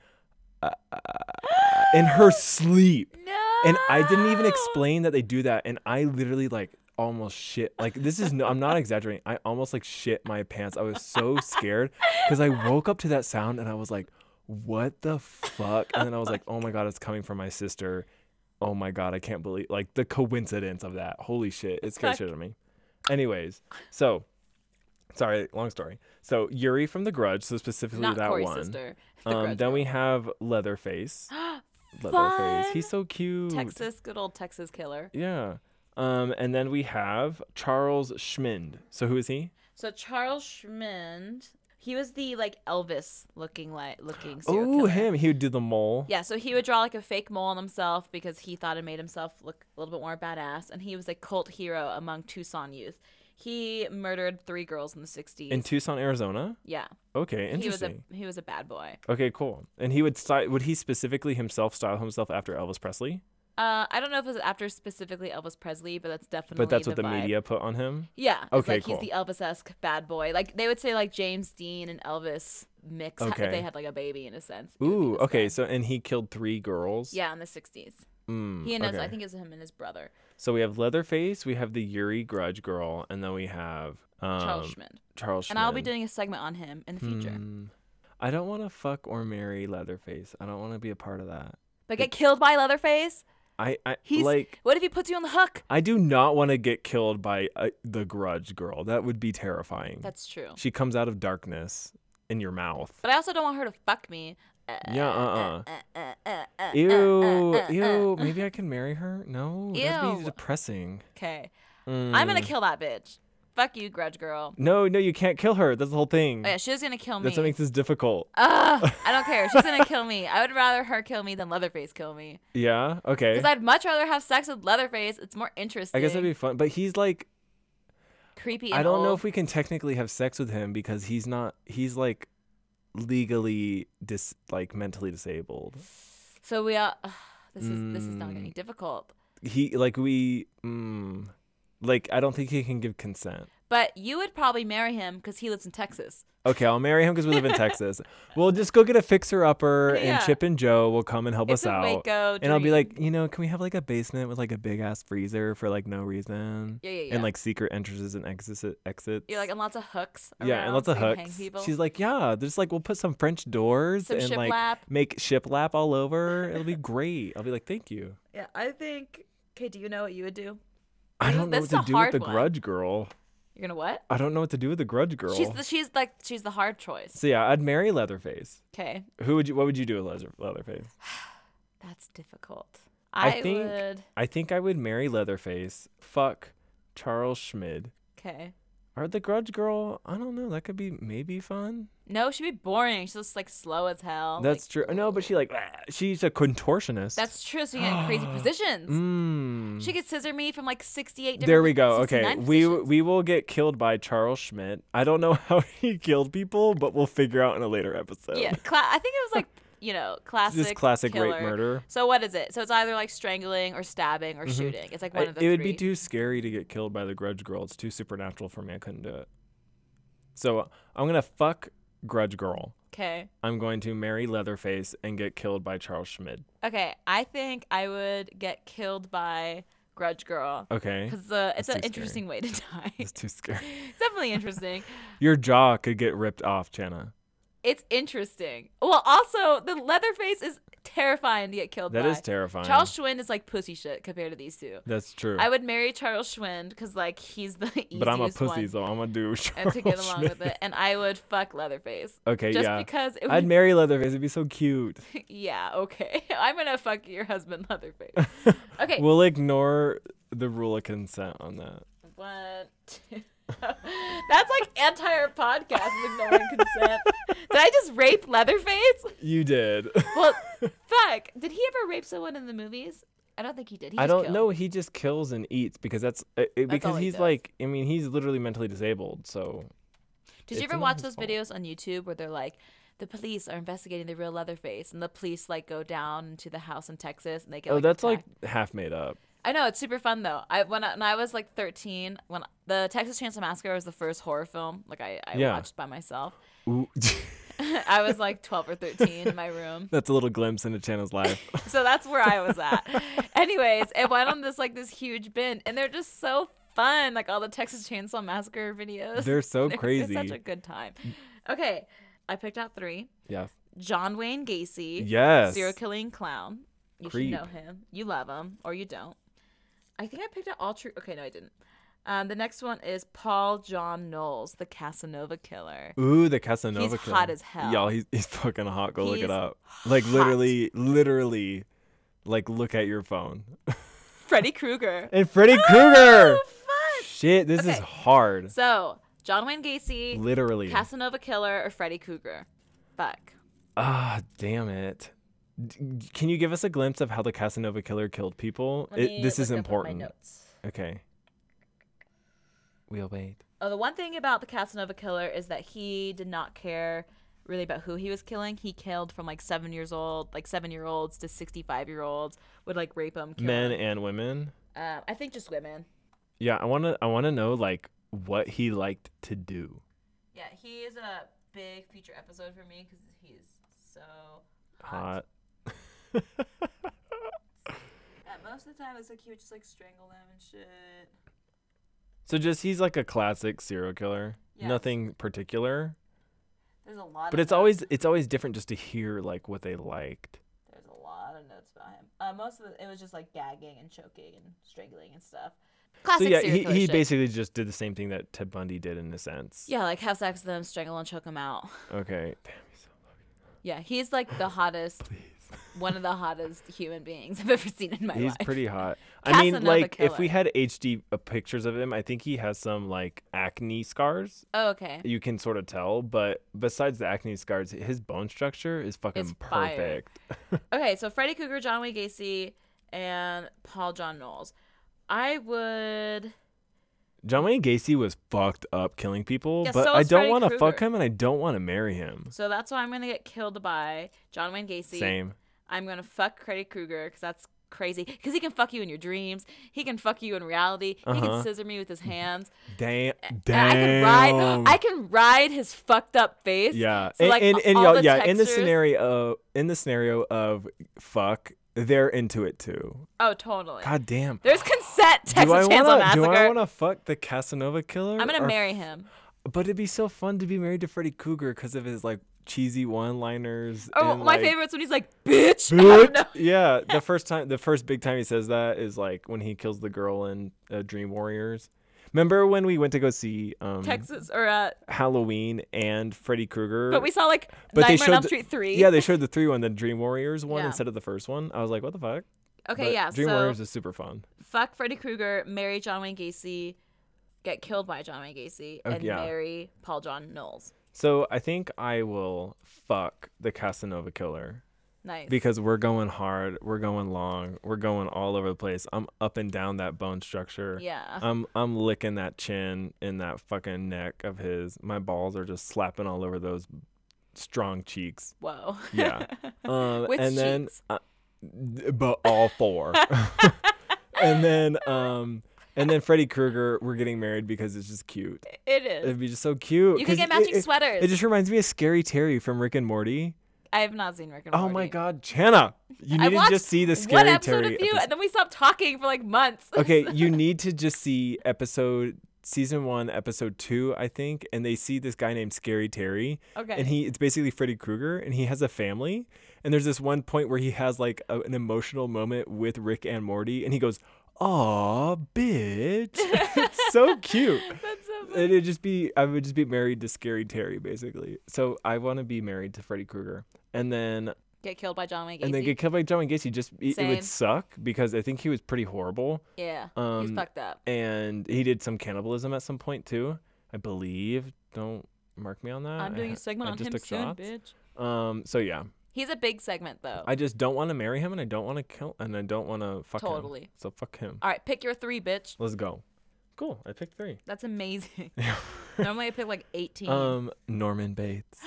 Speaker 2: uh, uh, uh," in her sleep.
Speaker 1: no.
Speaker 2: And I didn't even explain that they do that. And I literally like almost shit. Like this is no, I'm not exaggerating. I almost like shit my pants. I was so scared because I woke up to that sound and I was like, what the fuck? And then I was like, oh my god, it's coming from my sister. Oh my god, I can't believe like the coincidence of that. Holy shit, it scared
Speaker 1: Fuck.
Speaker 2: shit out of me. Anyways, so sorry, long story. So Yuri from The Grudge, so specifically
Speaker 1: Not
Speaker 2: that
Speaker 1: Corey's
Speaker 2: one.
Speaker 1: sister. The
Speaker 2: Um,
Speaker 1: Grudge
Speaker 2: then
Speaker 1: Girl.
Speaker 2: we have Leatherface. Leatherface, he's so cute.
Speaker 1: Texas, good old Texas killer.
Speaker 2: Yeah. Um, and then we have Charles Schmind. So who is he?
Speaker 1: So Charles Schmind, he was the like Elvis looking like looking. serial
Speaker 2: Oh,
Speaker 1: killer.
Speaker 2: him. He would do the mole.
Speaker 1: Yeah, so he would draw like a fake mole on himself because he thought it made himself look a little bit more badass, and he was a cult hero among Tucson youth. He murdered three girls in the '60s.
Speaker 2: In Tucson, Arizona.
Speaker 1: yeah,
Speaker 2: Okay,
Speaker 1: he was a
Speaker 2: interesting.
Speaker 1: he was a bad boy.
Speaker 2: Okay, cool. And he would style, would he specifically himself style himself after Elvis Presley?
Speaker 1: Uh, I don't know if it was after specifically Elvis Presley, but that's definitely.
Speaker 2: But that's what the
Speaker 1: vibe.
Speaker 2: media put on him.
Speaker 1: Yeah. It's
Speaker 2: Okay,
Speaker 1: like
Speaker 2: cool.
Speaker 1: he's the Elvis esque bad boy. Like they would say like James Dean and Elvis mix if
Speaker 2: Okay.
Speaker 1: they had like a baby in a sense. it would be
Speaker 2: Ooh,
Speaker 1: this
Speaker 2: okay.
Speaker 1: guy.
Speaker 2: So and he killed three girls.
Speaker 1: Yeah, in the sixties.
Speaker 2: Mm,
Speaker 1: He and his, I
Speaker 2: okay.
Speaker 1: think it was him and his brother,
Speaker 2: So we have Leatherface, we have the Yuri Grudge girl, and then we have um,
Speaker 1: Charles Schmidt.
Speaker 2: Charles
Speaker 1: And I'll be
Speaker 2: Schmidt.
Speaker 1: doing a segment on him in the future.
Speaker 2: Mm. I don't want to fuck or marry Leatherface. I don't want to be a part of that.
Speaker 1: But get killed by Leatherface?
Speaker 2: I, I
Speaker 1: He's
Speaker 2: like
Speaker 1: what if he puts you on the hook?
Speaker 2: I do not want to get killed by uh, the Grudge girl. That would be terrifying.
Speaker 1: That's Uh, true.
Speaker 2: she comes out of darkness in your mouth.
Speaker 1: But I also don't want her to fuck me. Uh,
Speaker 2: Yeah, uh, uh
Speaker 1: uh, uh, uh.
Speaker 2: Ew, ew. Maybe I can marry her. No, that'd
Speaker 1: Ew.
Speaker 2: be depressing. Mm.
Speaker 1: Okay. I'm
Speaker 2: Hmm.
Speaker 1: gonna kill that bitch. Fuck you, grudge girl.
Speaker 2: No, no, you can't kill her. That's the whole thing.
Speaker 1: Oh yeah, she was gonna kill me.
Speaker 2: That's what makes this difficult.
Speaker 1: Ugh, I don't care. She's gonna kill me. I would rather her kill me than Leatherface kill me.
Speaker 2: yeah. Okay.
Speaker 1: Because I'd much rather have sex with Leatherface. It's more interesting.
Speaker 2: I guess that'd be fun. But he's like,
Speaker 1: creepy. And
Speaker 2: I don't know
Speaker 1: old.
Speaker 2: if we can technically have sex with him because he's not. He's like legally dis like mentally disabled.
Speaker 1: So we are. ugh, this is this is
Speaker 2: Hmm.
Speaker 1: not getting difficult.
Speaker 2: He like we. Mm, like I don't think he can give consent.
Speaker 1: But you would probably marry him because he lives in Texas.
Speaker 2: Okay, I'll marry him because we live in Texas. We'll just go get a fixer upper,
Speaker 1: Yeah.
Speaker 2: and Chip and Joe will come and help
Speaker 1: It's
Speaker 2: us
Speaker 1: a
Speaker 2: out.
Speaker 1: Waco
Speaker 2: And I'll be
Speaker 1: dream.
Speaker 2: like, you know, can we have like a basement with like a big ass freezer for like no reason?
Speaker 1: Yeah, yeah, yeah.
Speaker 2: And like secret entrances and exits. exits.
Speaker 1: You're like and lots of hooks.
Speaker 2: yeah, and
Speaker 1: around
Speaker 2: lots
Speaker 1: so
Speaker 2: of
Speaker 1: you can
Speaker 2: hooks.
Speaker 1: Hang people.
Speaker 2: She's like, yeah, there's like we'll put some French doors
Speaker 1: Some
Speaker 2: and
Speaker 1: shiplap.
Speaker 2: like make shiplap all over. It'll be great. I'll be like, thank you.
Speaker 1: yeah, I think. Okay, do you know what you would do?
Speaker 2: I
Speaker 1: This-
Speaker 2: don't know
Speaker 1: this is
Speaker 2: what
Speaker 1: a
Speaker 2: to do with
Speaker 1: hard
Speaker 2: the
Speaker 1: one.
Speaker 2: Grudge Girl.
Speaker 1: You're gonna what?
Speaker 2: I don't know what to do with the Grudge Girl.
Speaker 1: She's the, she's like she's the hard choice.
Speaker 2: so yeah, I'd marry Leatherface.
Speaker 1: Okay,
Speaker 2: Who would you? What would you do with Leather, Leatherface?
Speaker 1: that's difficult. I,
Speaker 2: think
Speaker 1: would.
Speaker 2: I think I would marry Leatherface. Fuck Charles Schmid.
Speaker 1: Okay.
Speaker 2: Or the Grudge Girl. I don't know. That could be maybe fun.
Speaker 1: No, she'd be boring. She's just like slow as hell.
Speaker 2: That's
Speaker 1: like,
Speaker 2: true. No, but she like ah, she's a contortionist.
Speaker 1: Oh That's true. So you get in crazy positions.
Speaker 2: mm.
Speaker 1: She could scissor me from like 68 different
Speaker 2: There we go. Okay,
Speaker 1: 69
Speaker 2: we
Speaker 1: positions.
Speaker 2: we will get killed by Charles Schmidt. I don't know how he killed people, but we'll figure out in a later episode.
Speaker 1: Yeah, cla- I think it was like, you know, classic.
Speaker 2: Just classic
Speaker 1: killer.
Speaker 2: rape murder. Mm-hmm.
Speaker 1: So what is it? So it's either like strangling or stabbing or shooting. It's like
Speaker 2: I-
Speaker 1: one
Speaker 2: it
Speaker 1: of the three.
Speaker 2: would be too scary to get killed by the Grudge Girl. It's too supernatural for me. I couldn't do it. So I'm gonna fuck Grudge Girl.
Speaker 1: Okay.
Speaker 2: I'm going to marry Leatherface and get killed by Charles Schmidt.
Speaker 1: Okay. I think I would get killed by Grudge Girl
Speaker 2: Okay,
Speaker 1: because uh, it's
Speaker 2: That's
Speaker 1: an
Speaker 2: too scary.
Speaker 1: interesting way to die.
Speaker 2: it's too scary.
Speaker 1: it's definitely interesting.
Speaker 2: Your jaw could get ripped off, Chana.
Speaker 1: It's interesting. Well, also the Leatherface is terrifying to get killed
Speaker 2: That
Speaker 1: by.
Speaker 2: is terrifying.
Speaker 1: Charles Schwinn is like pussy shit compared to these two.
Speaker 2: That's true.
Speaker 1: I would marry Charles Schwinn because like he's the easiest
Speaker 2: but I'm a pussy,
Speaker 1: one
Speaker 2: so I'm gonna do
Speaker 1: and
Speaker 2: Charles
Speaker 1: to get along
Speaker 2: Schmidt.
Speaker 1: with it. And I would fuck Leatherface
Speaker 2: Okay,
Speaker 1: just
Speaker 2: yeah.
Speaker 1: because it would.
Speaker 2: I'd marry Leatherface. It'd be so cute.
Speaker 1: yeah, okay. I'm gonna fuck your husband, Leatherface. Okay.
Speaker 2: We'll ignore the rule of consent on that.
Speaker 1: One, two. That's like entire podcast is ignoring consent. Did I just rape Leatherface?
Speaker 2: You did.
Speaker 1: Well, fuck. Did he ever rape someone in the movies? I don't think he did. He
Speaker 2: I
Speaker 1: just
Speaker 2: don't
Speaker 1: killed.
Speaker 2: know. He just kills and eats because that's uh, it, it-
Speaker 1: That's all
Speaker 2: because
Speaker 1: he
Speaker 2: he's
Speaker 1: does.
Speaker 2: like. I mean, he's literally mentally disabled. So
Speaker 1: Did you
Speaker 2: It's
Speaker 1: ever
Speaker 2: not
Speaker 1: watch those
Speaker 2: his fault.
Speaker 1: videos on YouTube where they're like, the police are investigating the real Leatherface, and the police like go down into the house in Texas, and they get
Speaker 2: oh,
Speaker 1: like,
Speaker 2: that's
Speaker 1: attacked.
Speaker 2: like half made up.
Speaker 1: I know it's super fun though. I when I, when I was like 13, when the Texas Chainsaw Massacre was the first horror film like I, I
Speaker 2: Yeah.
Speaker 1: watched by myself.
Speaker 2: Ooh,
Speaker 1: I was like 12 or 13 in my room,
Speaker 2: that's a little glimpse into Chana's life.
Speaker 1: so that's where I was at. Anyways, it went on this like this huge bin, and they're just so fun, like all the Texas Chainsaw Massacre videos.
Speaker 2: They're so
Speaker 1: It's such a
Speaker 2: crazy.
Speaker 1: good time. Okay, I picked out three.
Speaker 2: Yeah.
Speaker 1: John Wayne Gacy.
Speaker 2: Yes.
Speaker 1: Serial killing clown. You
Speaker 2: Creep.
Speaker 1: should know him. You love him or you don't. I think I picked out all true. Okay, no, I didn't. Um, the next one is Paul John Knowles, the Casanova killer.
Speaker 2: Ooh, the Casanova.
Speaker 1: He's hot
Speaker 2: killer.
Speaker 1: as hell.
Speaker 2: Y'all, he's he's fucking hot. Go look
Speaker 1: He's
Speaker 2: it up. Like
Speaker 1: hot.
Speaker 2: literally, literally, like look at your phone.
Speaker 1: Freddy Krueger.
Speaker 2: And Freddy Krueger.
Speaker 1: Fun.
Speaker 2: Shit, this is
Speaker 1: Oh, Okay.
Speaker 2: hard.
Speaker 1: So John Wayne Gacy,
Speaker 2: Literally.
Speaker 1: Casanova killer, or Freddy Krueger. Fuck.
Speaker 2: Ah, damn it. D- d- Can you give us a glimpse of how the Casanova killer killed people?
Speaker 1: Let
Speaker 2: It,
Speaker 1: me
Speaker 2: this is
Speaker 1: look up my
Speaker 2: important.
Speaker 1: notes.
Speaker 2: Okay. We'll wait.
Speaker 1: Oh, the one thing about the Casanova killer is that he did not care really about who he was killing. He killed from like seven years old, like seven year olds to 65 year olds, would like rape them, kill
Speaker 2: Men and women.
Speaker 1: Um, I think just women.
Speaker 2: Yeah, I wanna I wanna know like what he liked to do.
Speaker 1: Yeah, he is a big feature episode for me because he's so
Speaker 2: Hot.
Speaker 1: most of the time, it's like he would just like strangle them and shit.
Speaker 2: So just he's like a classic serial killer.
Speaker 1: Yes.
Speaker 2: Nothing particular.
Speaker 1: There's a lot.
Speaker 2: But it's always it's always different just to hear like what they liked.
Speaker 1: There's a lot of notes about him. Uh, most of it, it was just like gagging and choking and strangling and stuff.
Speaker 2: So
Speaker 1: Classic
Speaker 2: yeah,
Speaker 1: serial
Speaker 2: he,
Speaker 1: killer
Speaker 2: he
Speaker 1: shit.
Speaker 2: basically just did the same thing that Ted Bundy did in a sense.
Speaker 1: Yeah, like have sex with them, strangle and choke them out.
Speaker 2: Okay. Damn, he's so
Speaker 1: Yeah, he's like the hottest,
Speaker 2: please.
Speaker 1: one of the hottest human beings I've ever seen in my
Speaker 2: He's
Speaker 1: life.
Speaker 2: pretty hot. I
Speaker 1: Casanova
Speaker 2: mean, like if we
Speaker 1: killer.
Speaker 2: had HD uh, pictures of him, I think he has some like acne scars.
Speaker 1: Oh, okay.
Speaker 2: You can sort of tell, but besides the acne scars, his bone structure is fucking
Speaker 1: It's fire.
Speaker 2: perfect.
Speaker 1: Okay, so Freddy Cougar, John Wayne Gacy, and Paul John Knowles. I would.
Speaker 2: John Wayne Gacy was fucked up killing people,
Speaker 1: Yeah,
Speaker 2: but
Speaker 1: so
Speaker 2: I
Speaker 1: is
Speaker 2: don't
Speaker 1: Freddy
Speaker 2: want to fuck
Speaker 1: Krueger.
Speaker 2: him and I don't want to marry him.
Speaker 1: So that's why I'm gonna get killed by John Wayne Gacy.
Speaker 2: Same.
Speaker 1: I'm gonna fuck Freddy Krueger because that's crazy. Because he can fuck you in your dreams. He can fuck you in reality. He
Speaker 2: Uh-huh.
Speaker 1: can scissor me with his hands.
Speaker 2: Damn.
Speaker 1: And I can ride.
Speaker 2: Damn.
Speaker 1: I can ride his fucked up face.
Speaker 2: Yeah,
Speaker 1: So,
Speaker 2: and,
Speaker 1: like,
Speaker 2: and,
Speaker 1: a-
Speaker 2: and
Speaker 1: all
Speaker 2: y'all,
Speaker 1: the
Speaker 2: yeah, in the
Speaker 1: textures-
Speaker 2: scenario, in the scenario of fuck, they're into it too.
Speaker 1: Oh, totally.
Speaker 2: God damn.
Speaker 1: There's consent. Texas
Speaker 2: do I
Speaker 1: Chainsaw
Speaker 2: wanna,
Speaker 1: Massacre.
Speaker 2: Do I want to fuck the Casanova killer?
Speaker 1: I'm gonna
Speaker 2: or-
Speaker 1: marry him.
Speaker 2: But it'd be so fun to be married to Freddy Cougar because of his like cheesy one-liners.
Speaker 1: Oh,
Speaker 2: and,
Speaker 1: my
Speaker 2: like,
Speaker 1: favorite's when he's like, "Bitch." I don't know.
Speaker 2: "Bitch." yeah, the first time, the first big time he says that is like when he kills the girl in uh, Dream Warriors. Remember when we went to go see um,
Speaker 1: Texas or uh,
Speaker 2: Halloween and Freddy Krueger?
Speaker 1: but we saw like
Speaker 2: But they
Speaker 1: Nightmare on Elm
Speaker 2: showed the-
Speaker 1: Street three.
Speaker 2: Yeah, they showed the three one, the Dream Warriors one
Speaker 1: Yeah.
Speaker 2: instead of the first one. I was like, what the fuck?
Speaker 1: Okay,
Speaker 2: But
Speaker 1: yeah.
Speaker 2: Dream
Speaker 1: so
Speaker 2: Warriors is super fun.
Speaker 1: fuck Freddy Krueger, marry John Wayne Gacy, get killed by John Wayne Gacy,
Speaker 2: Oh,
Speaker 1: and
Speaker 2: yeah.
Speaker 1: marry Paul John Knowles.
Speaker 2: So I think I will fuck the Casanova killer
Speaker 1: Nice.
Speaker 2: because we're going hard, we're going long, we're going all over the place. I'm up and down that bone structure.
Speaker 1: Yeah.
Speaker 2: I'm I'm licking that chin and that fucking neck of his. My balls are just slapping all over those strong cheeks.
Speaker 1: Whoa.
Speaker 2: Yeah. Um,
Speaker 1: With
Speaker 2: and then,
Speaker 1: sheets.
Speaker 2: uh, d- but all four. and then, um, and then Freddy Krueger, we're getting married because it's just cute.
Speaker 1: it is.
Speaker 2: It'd be just so cute.
Speaker 1: You could
Speaker 2: 'cause
Speaker 1: get matching
Speaker 2: it, it,
Speaker 1: sweaters.
Speaker 2: It just reminds me of Scary Terry from Rick and Morty.
Speaker 1: I have not seen Rick and
Speaker 2: Oh
Speaker 1: Morty.
Speaker 2: my God, Chana, you
Speaker 1: I
Speaker 2: need to
Speaker 1: watched
Speaker 2: just see the
Speaker 1: one
Speaker 2: Scary
Speaker 1: episode
Speaker 2: Terry.
Speaker 1: with you,
Speaker 2: episode.
Speaker 1: and then we stopped talking for like months.
Speaker 2: okay, you need to just see episode season one, episode two, I think, and they see this guy named Scary Terry.
Speaker 1: Okay.
Speaker 2: And he it's basically Freddy Krueger, and he has a family. And there's this one point where he has like a, an emotional moment with Rick and Morty, and he goes, "Aw, bitch!" it's so cute.
Speaker 1: That's so funny.
Speaker 2: It'd just be I would just be married to Scary Terry, basically. So I want to be married to Freddy Krueger, and then
Speaker 1: Get killed by John Wayne Gacy.
Speaker 2: and then get killed by John Wayne Gacy. Just it, it
Speaker 1: Same.
Speaker 2: would suck because I think he was pretty horrible
Speaker 1: yeah. he's
Speaker 2: um,
Speaker 1: fucked up.
Speaker 2: and he did some cannibalism at some point too, I believe. Don't mark me on that.
Speaker 1: I'm
Speaker 2: I
Speaker 1: doing
Speaker 2: ha-
Speaker 1: a segment
Speaker 2: I
Speaker 1: on
Speaker 2: just
Speaker 1: him
Speaker 2: took
Speaker 1: soon,
Speaker 2: shots.
Speaker 1: bitch.
Speaker 2: Um. So yeah,
Speaker 1: He's a big segment though.
Speaker 2: I just don't want to marry him, and I don't want to kill, and I don't want to fuck him.
Speaker 1: Totally.
Speaker 2: So fuck him.
Speaker 1: All right, pick your three, bitch.
Speaker 2: Let's go. Cool. I picked three.
Speaker 1: That's amazing. Normally I pick like 18.
Speaker 2: Um. Norman Bates.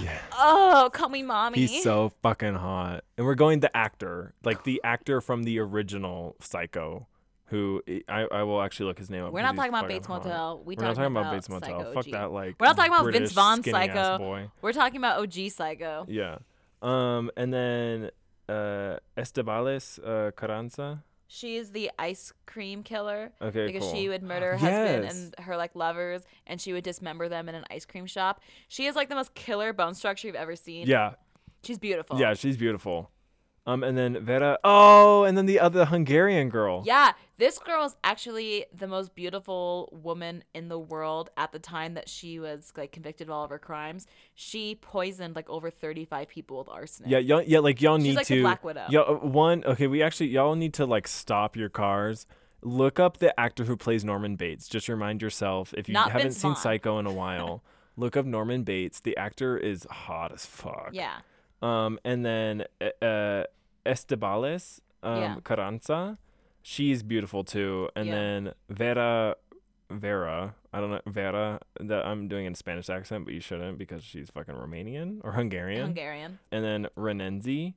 Speaker 2: yeah.
Speaker 1: oh, call me mommy.
Speaker 2: He's so fucking hot, and we're going the actor, like the actor from the original Psycho, who eh, I, I will actually look his name up.
Speaker 1: We're
Speaker 2: 'cause
Speaker 1: not
Speaker 2: he's
Speaker 1: talking about
Speaker 2: fucking
Speaker 1: Bates
Speaker 2: hot.
Speaker 1: Motel. We
Speaker 2: We're not talking about Bates Motel.
Speaker 1: Psycho
Speaker 2: Fuck
Speaker 1: OG.
Speaker 2: that. Like
Speaker 1: We're not talking about
Speaker 2: British
Speaker 1: Vince Vaughn
Speaker 2: skinny ass
Speaker 1: Psycho.
Speaker 2: boy.
Speaker 1: We're talking about OG Psycho.
Speaker 2: Yeah. Um, and then uh, Estebales uh, Carranza.
Speaker 1: She is the ice cream killer.
Speaker 2: Okay,
Speaker 1: Because
Speaker 2: cool.
Speaker 1: she would murder her husband
Speaker 2: Yes.
Speaker 1: and her like lovers, and she would dismember them in an ice cream shop. She is like the most killer bone structure you've ever seen.
Speaker 2: Yeah,
Speaker 1: She's beautiful.
Speaker 2: yeah, she's beautiful. Um, and then Vera. Oh, and then the other Hungarian girl.
Speaker 1: Yeah, this girl is actually the most beautiful woman in the world at the time that she was like convicted of all of her crimes. She poisoned like over 35 people with arsenic.
Speaker 2: Yeah, y'all, yeah, like y'all
Speaker 1: She's
Speaker 2: need
Speaker 1: like
Speaker 2: to.
Speaker 1: the Black Widow.
Speaker 2: Y'all, uh, one, okay, we actually y'all need to like stop your cars. Look up the actor who plays Norman Bates. Just remind yourself if you
Speaker 1: Not
Speaker 2: haven't
Speaker 1: Vince
Speaker 2: seen
Speaker 1: Vaughn.
Speaker 2: Psycho in a while. look up Norman Bates. The actor is hot as fuck.
Speaker 1: Yeah.
Speaker 2: Um, and then uh, uh, Estebales um,
Speaker 1: Yeah.
Speaker 2: Carranza, she's beautiful too. And
Speaker 1: Yeah.
Speaker 2: then Vera, Vera, I don't know Vera. That I'm doing in Spanish accent, but you shouldn't because she's fucking Romanian or Hungarian.
Speaker 1: Hungarian.
Speaker 2: and then Renenzi,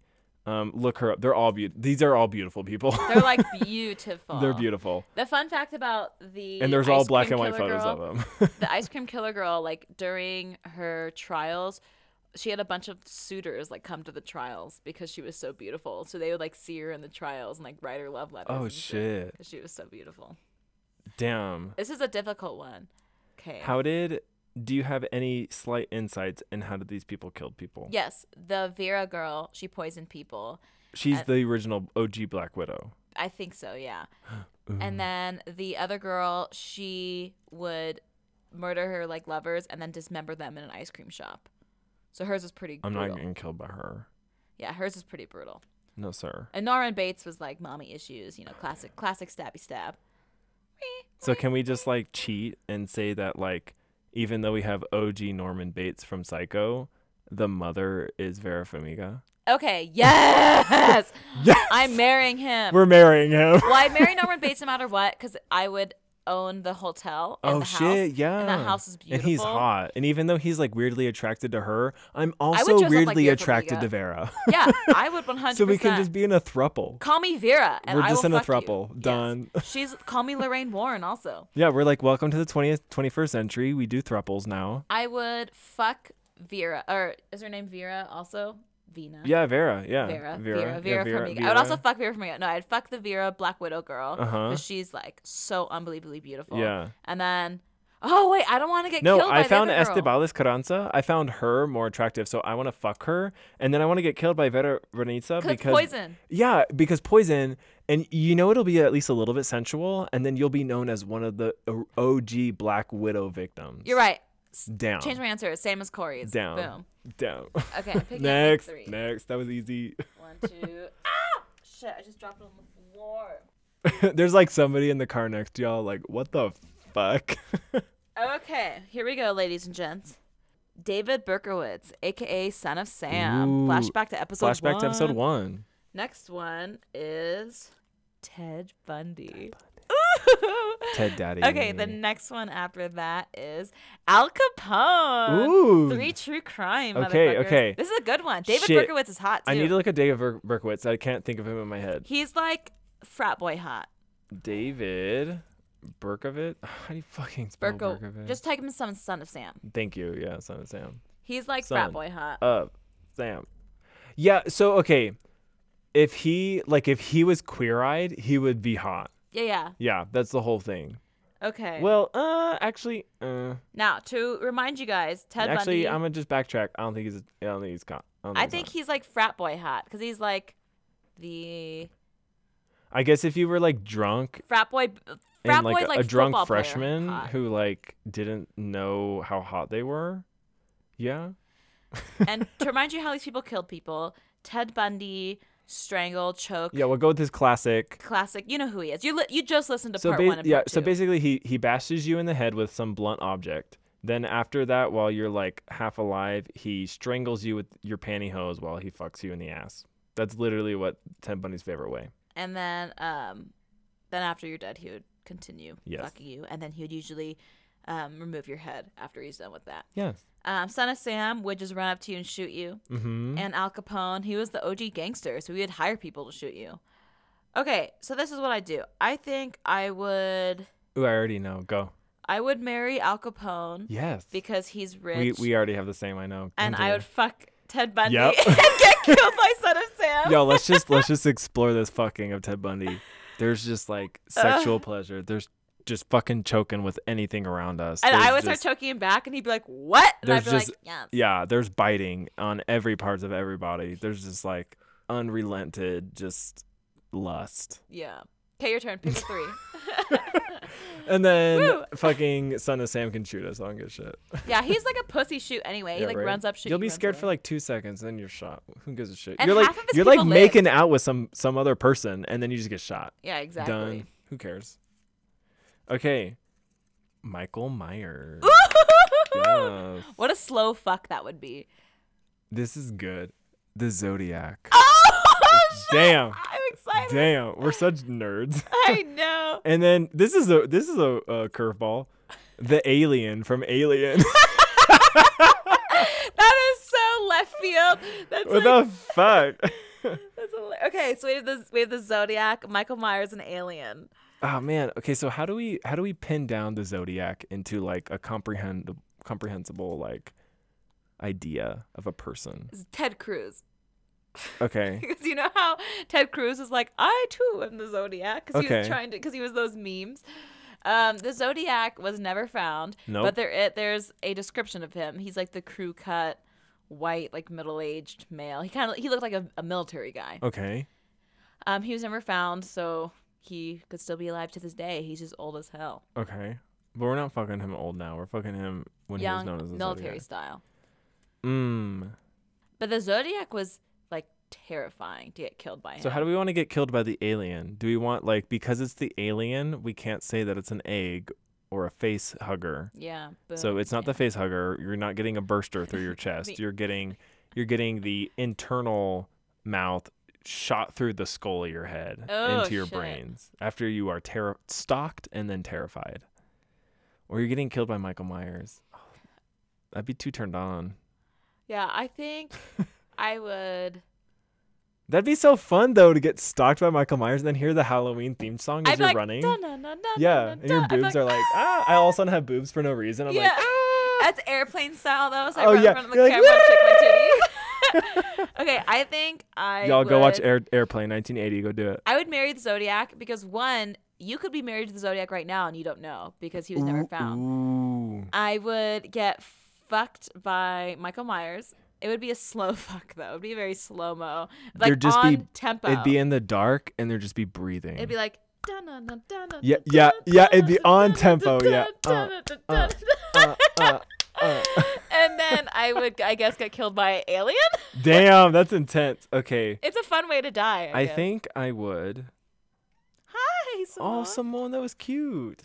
Speaker 2: um, look her up. They're all beautiful. These are all beautiful people.
Speaker 1: They're like beautiful.
Speaker 2: They're beautiful.
Speaker 1: The fun fact about the
Speaker 2: And there's all
Speaker 1: ice
Speaker 2: black and
Speaker 1: cream
Speaker 2: white
Speaker 1: killer
Speaker 2: photos
Speaker 1: girl,
Speaker 2: of them.
Speaker 1: the ice cream killer girl, like during her trials, she had a bunch of suitors like come to the trials because she was so beautiful. So they would like see her in the trials and like write her love letters.
Speaker 2: Oh,
Speaker 1: and
Speaker 2: shit.
Speaker 1: Because she was so beautiful.
Speaker 2: Damn.
Speaker 1: This is a difficult one. Okay.
Speaker 2: How did? Do you have any slight insights in how did these people kill people?
Speaker 1: Yes, the Vera girl. She poisoned people.
Speaker 2: She's
Speaker 1: uh,
Speaker 2: the original OG Black Widow.
Speaker 1: I think so. Yeah. and then the other girl, she would murder her like lovers and then dismember them in an ice cream shop. So hers was pretty
Speaker 2: I'm
Speaker 1: brutal.
Speaker 2: not getting killed by her.
Speaker 1: Yeah, hers is pretty brutal.
Speaker 2: No, sir.
Speaker 1: And Norman Bates was like mommy issues, you know, classic classic stabby stab.
Speaker 2: So can we just like cheat and say that like even though we have OG Norman Bates from Psycho, the mother is Vera Farmiga?
Speaker 1: Okay, yes.
Speaker 2: Yes!
Speaker 1: I'm marrying him.
Speaker 2: We're marrying him.
Speaker 1: well, I'd marry Norman Bates no matter what cuz I would own the hotel and
Speaker 2: oh
Speaker 1: the house.
Speaker 2: shit, yeah.
Speaker 1: And the house is beautiful.
Speaker 2: And he's hot. And even though he's like weirdly attracted to her, I'm
Speaker 1: would
Speaker 2: also
Speaker 1: dress up like
Speaker 2: weirdly
Speaker 1: Vera
Speaker 2: attracted
Speaker 1: Farmiga.
Speaker 2: to Vera.
Speaker 1: Yeah, I would 100%.
Speaker 2: so we can just be in a thruple.
Speaker 1: Call me Vera, and
Speaker 2: We're
Speaker 1: I
Speaker 2: just
Speaker 1: will
Speaker 2: in a
Speaker 1: fuck you.
Speaker 2: throuple.
Speaker 1: Yes.
Speaker 2: Done.
Speaker 1: She's call me Lorraine Warren. Also,
Speaker 2: Yeah, we're like welcome to the 20th 21st century. We do thruples now.
Speaker 1: I would fuck Vera, or is her name Vera? Also, Vina.
Speaker 2: Yeah, Vera. Yeah.
Speaker 1: Vera, Vera,
Speaker 2: Vera.
Speaker 1: Vera,
Speaker 2: yeah,
Speaker 1: Farmiga. I would also
Speaker 2: Vera.
Speaker 1: fuck Vera Farmiga. No, I'd fuck the Vera Black Widow girl
Speaker 2: Uh-huh.
Speaker 1: because she's like so unbelievably beautiful.
Speaker 2: Yeah.
Speaker 1: And then, oh wait, I don't want to get
Speaker 2: No,
Speaker 1: killed by
Speaker 2: I found
Speaker 1: the other girl.
Speaker 2: Estebales Carranza. I found her more attractive, so I want to fuck her, and then I want to get killed by Vera Veronica
Speaker 1: Because
Speaker 2: because
Speaker 1: poison.
Speaker 2: Yeah, because poison, and you know it'll be at least a little bit sensual, and then you'll be known as one of the o- OG Black Widow victims.
Speaker 1: You're right.
Speaker 2: Down.
Speaker 1: Change my answer. Same as Corey's.
Speaker 2: down.
Speaker 1: Boom.
Speaker 2: Down.
Speaker 1: Okay. I'm picking up
Speaker 2: next.
Speaker 1: Three.
Speaker 2: Next. That was easy.
Speaker 1: One, two. ah! shit, I just dropped it on the floor.
Speaker 2: There's like somebody in the car next to y'all, like, what the fuck?
Speaker 1: Okay, here we go, ladies and gents. David Berkowitz, aka Son of Sam.
Speaker 2: Ooh,
Speaker 1: Flashback to episode
Speaker 2: Flashback to episode
Speaker 1: one.
Speaker 2: one.
Speaker 1: Next one is Ted Bundy.
Speaker 2: Ted Daddy.
Speaker 1: okay, the next one after that is Al Capone.
Speaker 2: Ooh.
Speaker 1: uh, Three true crime.
Speaker 2: Okay,
Speaker 1: motherfuckers.
Speaker 2: okay.
Speaker 1: This is a good one. David
Speaker 2: Shit.
Speaker 1: Berkowitz is hot too.
Speaker 2: I need to look at David Ber- Berkowitz. I can't think of him in my head.
Speaker 1: He's like frat boy hot.
Speaker 2: Oh, David Berkowitz? How do you fucking spell
Speaker 1: Berko.
Speaker 2: Berkowitz?
Speaker 1: Just type him as some son of Sam.
Speaker 2: Thank you. Yeah, son of Sam.
Speaker 1: He's like
Speaker 2: Son.
Speaker 1: frat boy hot.
Speaker 2: Uh, Sam. Yeah, so okay. If he like if he was queer-eyed, he would be hot.
Speaker 1: yeah, yeah.
Speaker 2: Yeah, that's the whole thing.
Speaker 1: Okay.
Speaker 2: Well, uh actually, uh
Speaker 1: now to remind you guys, Ted
Speaker 2: actually
Speaker 1: Bundy.
Speaker 2: I'm going to just backtrack. I don't think he's I don't think he's con- I, don't
Speaker 1: I
Speaker 2: he's
Speaker 1: think
Speaker 2: hot.
Speaker 1: he's like frat boy hot because he's like the
Speaker 2: I guess if you were like drunk
Speaker 1: frat boy. uh, Frat
Speaker 2: and
Speaker 1: boy's
Speaker 2: like a,
Speaker 1: like
Speaker 2: a drunk
Speaker 1: football player
Speaker 2: freshman
Speaker 1: hot.
Speaker 2: who like didn't know how hot they were. Yeah.
Speaker 1: and to remind you how these people killed people, Ted Bundy strangled, choked.
Speaker 2: Yeah, we'll go with his classic.
Speaker 1: Classic. You know who he is. You li- you just listened to
Speaker 2: So
Speaker 1: part
Speaker 2: ba-
Speaker 1: one and
Speaker 2: yeah,
Speaker 1: part
Speaker 2: so
Speaker 1: two.
Speaker 2: basically he he bashes you in the head with some blunt object. Then after that, while you're like half alive, he strangles you with your pantyhose while he fucks you in the ass. That's literally what Ted Bundy's favorite way.
Speaker 1: and then um, then after you're dead, he would continue
Speaker 2: Yes.
Speaker 1: fucking you, and then he would usually um, remove your head after he's done with that.
Speaker 2: Yes.
Speaker 1: Um, Son of Sam would just run up to you and shoot you.
Speaker 2: Mm-hmm.
Speaker 1: and Al Capone. He was the OG gangster, so he would hire people to shoot you. Okay, so this is what I do. I think I would
Speaker 2: Ooh, I already know. Go.
Speaker 1: I would marry Al Capone
Speaker 2: Yes.
Speaker 1: because he's
Speaker 2: we
Speaker 1: rich.
Speaker 2: we already have the same. I know.
Speaker 1: and I
Speaker 2: Continue.
Speaker 1: would fuck Ted Bundy
Speaker 2: Yep.
Speaker 1: and get killed by Son of Sam.
Speaker 2: Yo, let's just let's just explore this fucking of Ted Bundy. There's just like sexual pleasure. There's just fucking choking with anything around us.
Speaker 1: and I
Speaker 2: There's
Speaker 1: would
Speaker 2: just,
Speaker 1: start choking him back, and he'd be like, "What?" And I'd
Speaker 2: There's
Speaker 1: be
Speaker 2: just-
Speaker 1: like, "Yes."
Speaker 2: Yeah, there's biting on every parts of everybody. There's just like unrelented just lust.
Speaker 1: Yeah. Okay, your turn. Pick a three.
Speaker 2: And then
Speaker 1: Woo.
Speaker 2: fucking Son of Sam can shoot us. I don't give a shit.
Speaker 1: yeah, he's like a pussy shoot anyway. he
Speaker 2: Yeah,
Speaker 1: like
Speaker 2: right?
Speaker 1: runs up, shoot.
Speaker 2: You'll
Speaker 1: you,
Speaker 2: be
Speaker 1: runs
Speaker 2: scared
Speaker 1: away.
Speaker 2: for like two seconds, then you're shot. Who gives a shit?
Speaker 1: And
Speaker 2: you're like
Speaker 1: half of his
Speaker 2: you're like
Speaker 1: people live.
Speaker 2: making out with some some other person, and then you just get shot.
Speaker 1: yeah, exactly.
Speaker 2: Done. Who cares? Okay. Michael Myers. Yes.
Speaker 1: What a slow fuck that would be.
Speaker 2: This is good. The Zodiac.
Speaker 1: Oh,
Speaker 2: Damn.
Speaker 1: I'm excited.
Speaker 2: Damn. We're such nerds.
Speaker 1: I know.
Speaker 2: And then this is a this is a, a curveball. The alien from Alien.
Speaker 1: That is so left field. That's like,
Speaker 2: what the fuck?
Speaker 1: that's hila- okay. So we have this. We have the Zodiac, Michael Myers, and Alien.
Speaker 2: oh man. Okay, so how do we how do we pin down the Zodiac into like a comprehend comprehensible like idea of a person?
Speaker 1: It's Ted Cruz.
Speaker 2: Okay.
Speaker 1: Because you know how Ted Cruz is like, I too am the Zodiac. Because he was
Speaker 2: Okay.
Speaker 1: trying to. Because he was those memes. Um, the Zodiac was never found.
Speaker 2: Nope.
Speaker 1: But there, it, there's a description of him. He's like the crew cut, white, like middle aged male. He kind of he looked like a, a military guy.
Speaker 2: Okay.
Speaker 1: Um, he was never found, so he could still be alive to this day. He's just old as hell.
Speaker 2: Okay. But we're not fucking him old now. We're fucking him when he was
Speaker 1: Young
Speaker 2: known as the
Speaker 1: military
Speaker 2: Zodiac.
Speaker 1: style.
Speaker 2: Mm.
Speaker 1: But the Zodiac was like terrifying to get killed by him.
Speaker 2: So how do we want to get killed by the alien? Do we want like because it's the alien, we can't say that it's an egg or a face hugger.
Speaker 1: yeah. Boom.
Speaker 2: So it's not
Speaker 1: yeah.
Speaker 2: the face hugger. You're not getting a burster through your chest.
Speaker 1: The-
Speaker 2: You're getting you're getting the internal mouth shot through the skull of your head
Speaker 1: Oh,
Speaker 2: into your
Speaker 1: shit.
Speaker 2: brains after you are terror stalked and then terrified. Or you're getting killed by Michael Myers. I'd be too turned on.
Speaker 1: Yeah, I think I would.
Speaker 2: That'd be so fun though to get stalked by Michael Myers and then hear the Halloween theme song as
Speaker 1: I'd be
Speaker 2: you're
Speaker 1: like,
Speaker 2: running.
Speaker 1: "Dun, dun, dun, dun,
Speaker 2: Yeah,
Speaker 1: dun,
Speaker 2: and your
Speaker 1: dun." I'd be
Speaker 2: boobs are like, ah, I all of a sudden have boobs for no reason. I'm
Speaker 1: yeah.
Speaker 2: like, "Ah!"
Speaker 1: That's airplane style though. So I
Speaker 2: Oh,
Speaker 1: run
Speaker 2: yeah.
Speaker 1: in front of the
Speaker 2: You're like,
Speaker 1: camera and shake my titties. okay, I think I
Speaker 2: y'all go watch
Speaker 1: would-
Speaker 2: Air- Airplane 1980. Go do it.
Speaker 1: I would marry the Zodiac because one, you could be married to the Zodiac right now and you don't know because he was never found.
Speaker 2: Ooh.
Speaker 1: I would get fucked by Michael Myers. It would be a slow fuck though. It'd be very slow mo, like
Speaker 2: There'd just
Speaker 1: on
Speaker 2: be-
Speaker 1: tempo.
Speaker 2: It'd be in the dark and there'd just be breathing.
Speaker 1: It'd be like. dun-dun-dun-dun-dun,
Speaker 2: Yeah, yeah, yeah, it'd be on
Speaker 1: dun-dun-dun-dun-dun,
Speaker 2: tempo, yeah. Uh,
Speaker 1: dun-dun-dun-dun-dun.
Speaker 2: uh, uh, uh.
Speaker 1: And then I would, I guess, get killed by an alien.
Speaker 2: Damn, that's intense. Okay.
Speaker 1: It's a fun way to die. I,
Speaker 2: I
Speaker 1: guess.
Speaker 2: think I would.
Speaker 1: Hi,
Speaker 2: Oh,
Speaker 1: Simone.
Speaker 2: Simone, that was cute.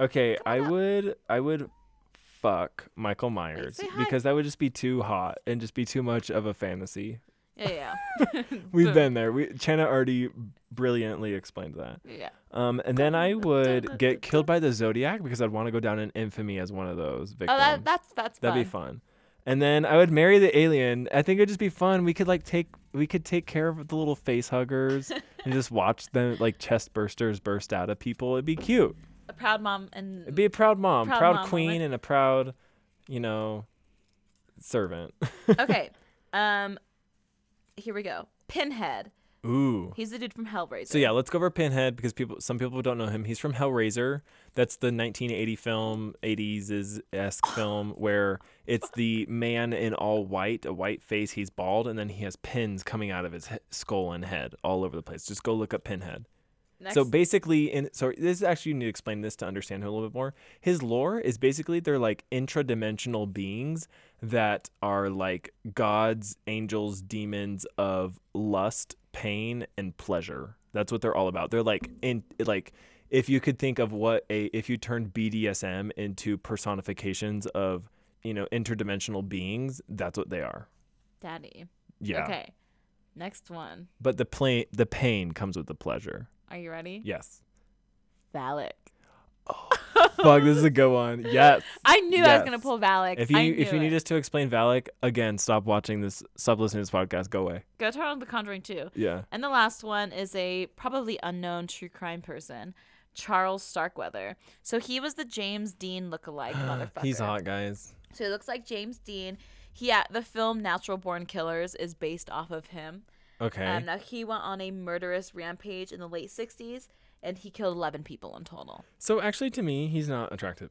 Speaker 2: Okay, I would I would fuck Michael Myers
Speaker 1: say hi.
Speaker 2: because that would just be too hot and just be too much of a fantasy.
Speaker 1: Yeah, yeah.
Speaker 2: We've
Speaker 1: Boom.
Speaker 2: been there. We Chana already brilliantly explained that.
Speaker 1: Yeah.
Speaker 2: Um, and then I would get killed by the Zodiac because I'd want to go down in infamy as one of those
Speaker 1: Oh,
Speaker 2: victims.
Speaker 1: that, that's that's
Speaker 2: That'd
Speaker 1: fun.
Speaker 2: be fun. And then I would marry the alien. I think it'd just be fun. We could like take we could take care of the little face huggers and just watch them like chest bursters burst out of people. It'd be cute.
Speaker 1: A proud mom and
Speaker 2: It'd be a proud mom,
Speaker 1: Proud
Speaker 2: proud,
Speaker 1: mom
Speaker 2: queen,
Speaker 1: moment.
Speaker 2: and a proud, you know, servant.
Speaker 1: okay. Um, here we go. Pinhead.
Speaker 2: Ooh.
Speaker 1: He's the dude from Hellraiser.
Speaker 2: So yeah, let's go over Pinhead because people some people don't know him. He's from Hellraiser. That's the 1980 film, 80s is esque film where it's the man in all white, a white face. He's bald, and then he has pins coming out of his he- skull and head all over the place. Just go look up Pinhead.
Speaker 1: Next,
Speaker 2: So basically, in so this is actually you need to explain this to understand him a little bit more. His lore is basically they're like intradimensional beings that are like gods, angels, demons of lust, pain, and pleasure. That's what they're all about. They're like in like if you could think of what a if you turned BDSM into personifications of you know interdimensional beings, that's what they are.
Speaker 1: Daddy.
Speaker 2: Yeah.
Speaker 1: Okay. Next one.
Speaker 2: But the play the pain comes with the pleasure.
Speaker 1: Are you ready?
Speaker 2: Yes.
Speaker 1: Valak.
Speaker 2: Fuck, this is a good one. Yes.
Speaker 1: I knew I was gonna
Speaker 2: Yes.
Speaker 1: pull Valak.
Speaker 2: If you
Speaker 1: I
Speaker 2: if
Speaker 1: knew
Speaker 2: you need
Speaker 1: it.
Speaker 2: us to explain Valak again, stop watching this, stop listening to this podcast. Go away.
Speaker 1: go turn on The Conjuring too.
Speaker 2: Yeah.
Speaker 1: And the last one is a probably unknown true crime person, Charles Starkweather. So he was the James Dean lookalike motherfucker.
Speaker 2: He's hot, guys.
Speaker 1: So he looks like James Dean. He yeah, the film Natural Born Killers is based off of him.
Speaker 2: Okay.
Speaker 1: Um, now he went on a murderous rampage in the late '60s, and he killed 11 people in total.
Speaker 2: so actually, to me, he's not attractive.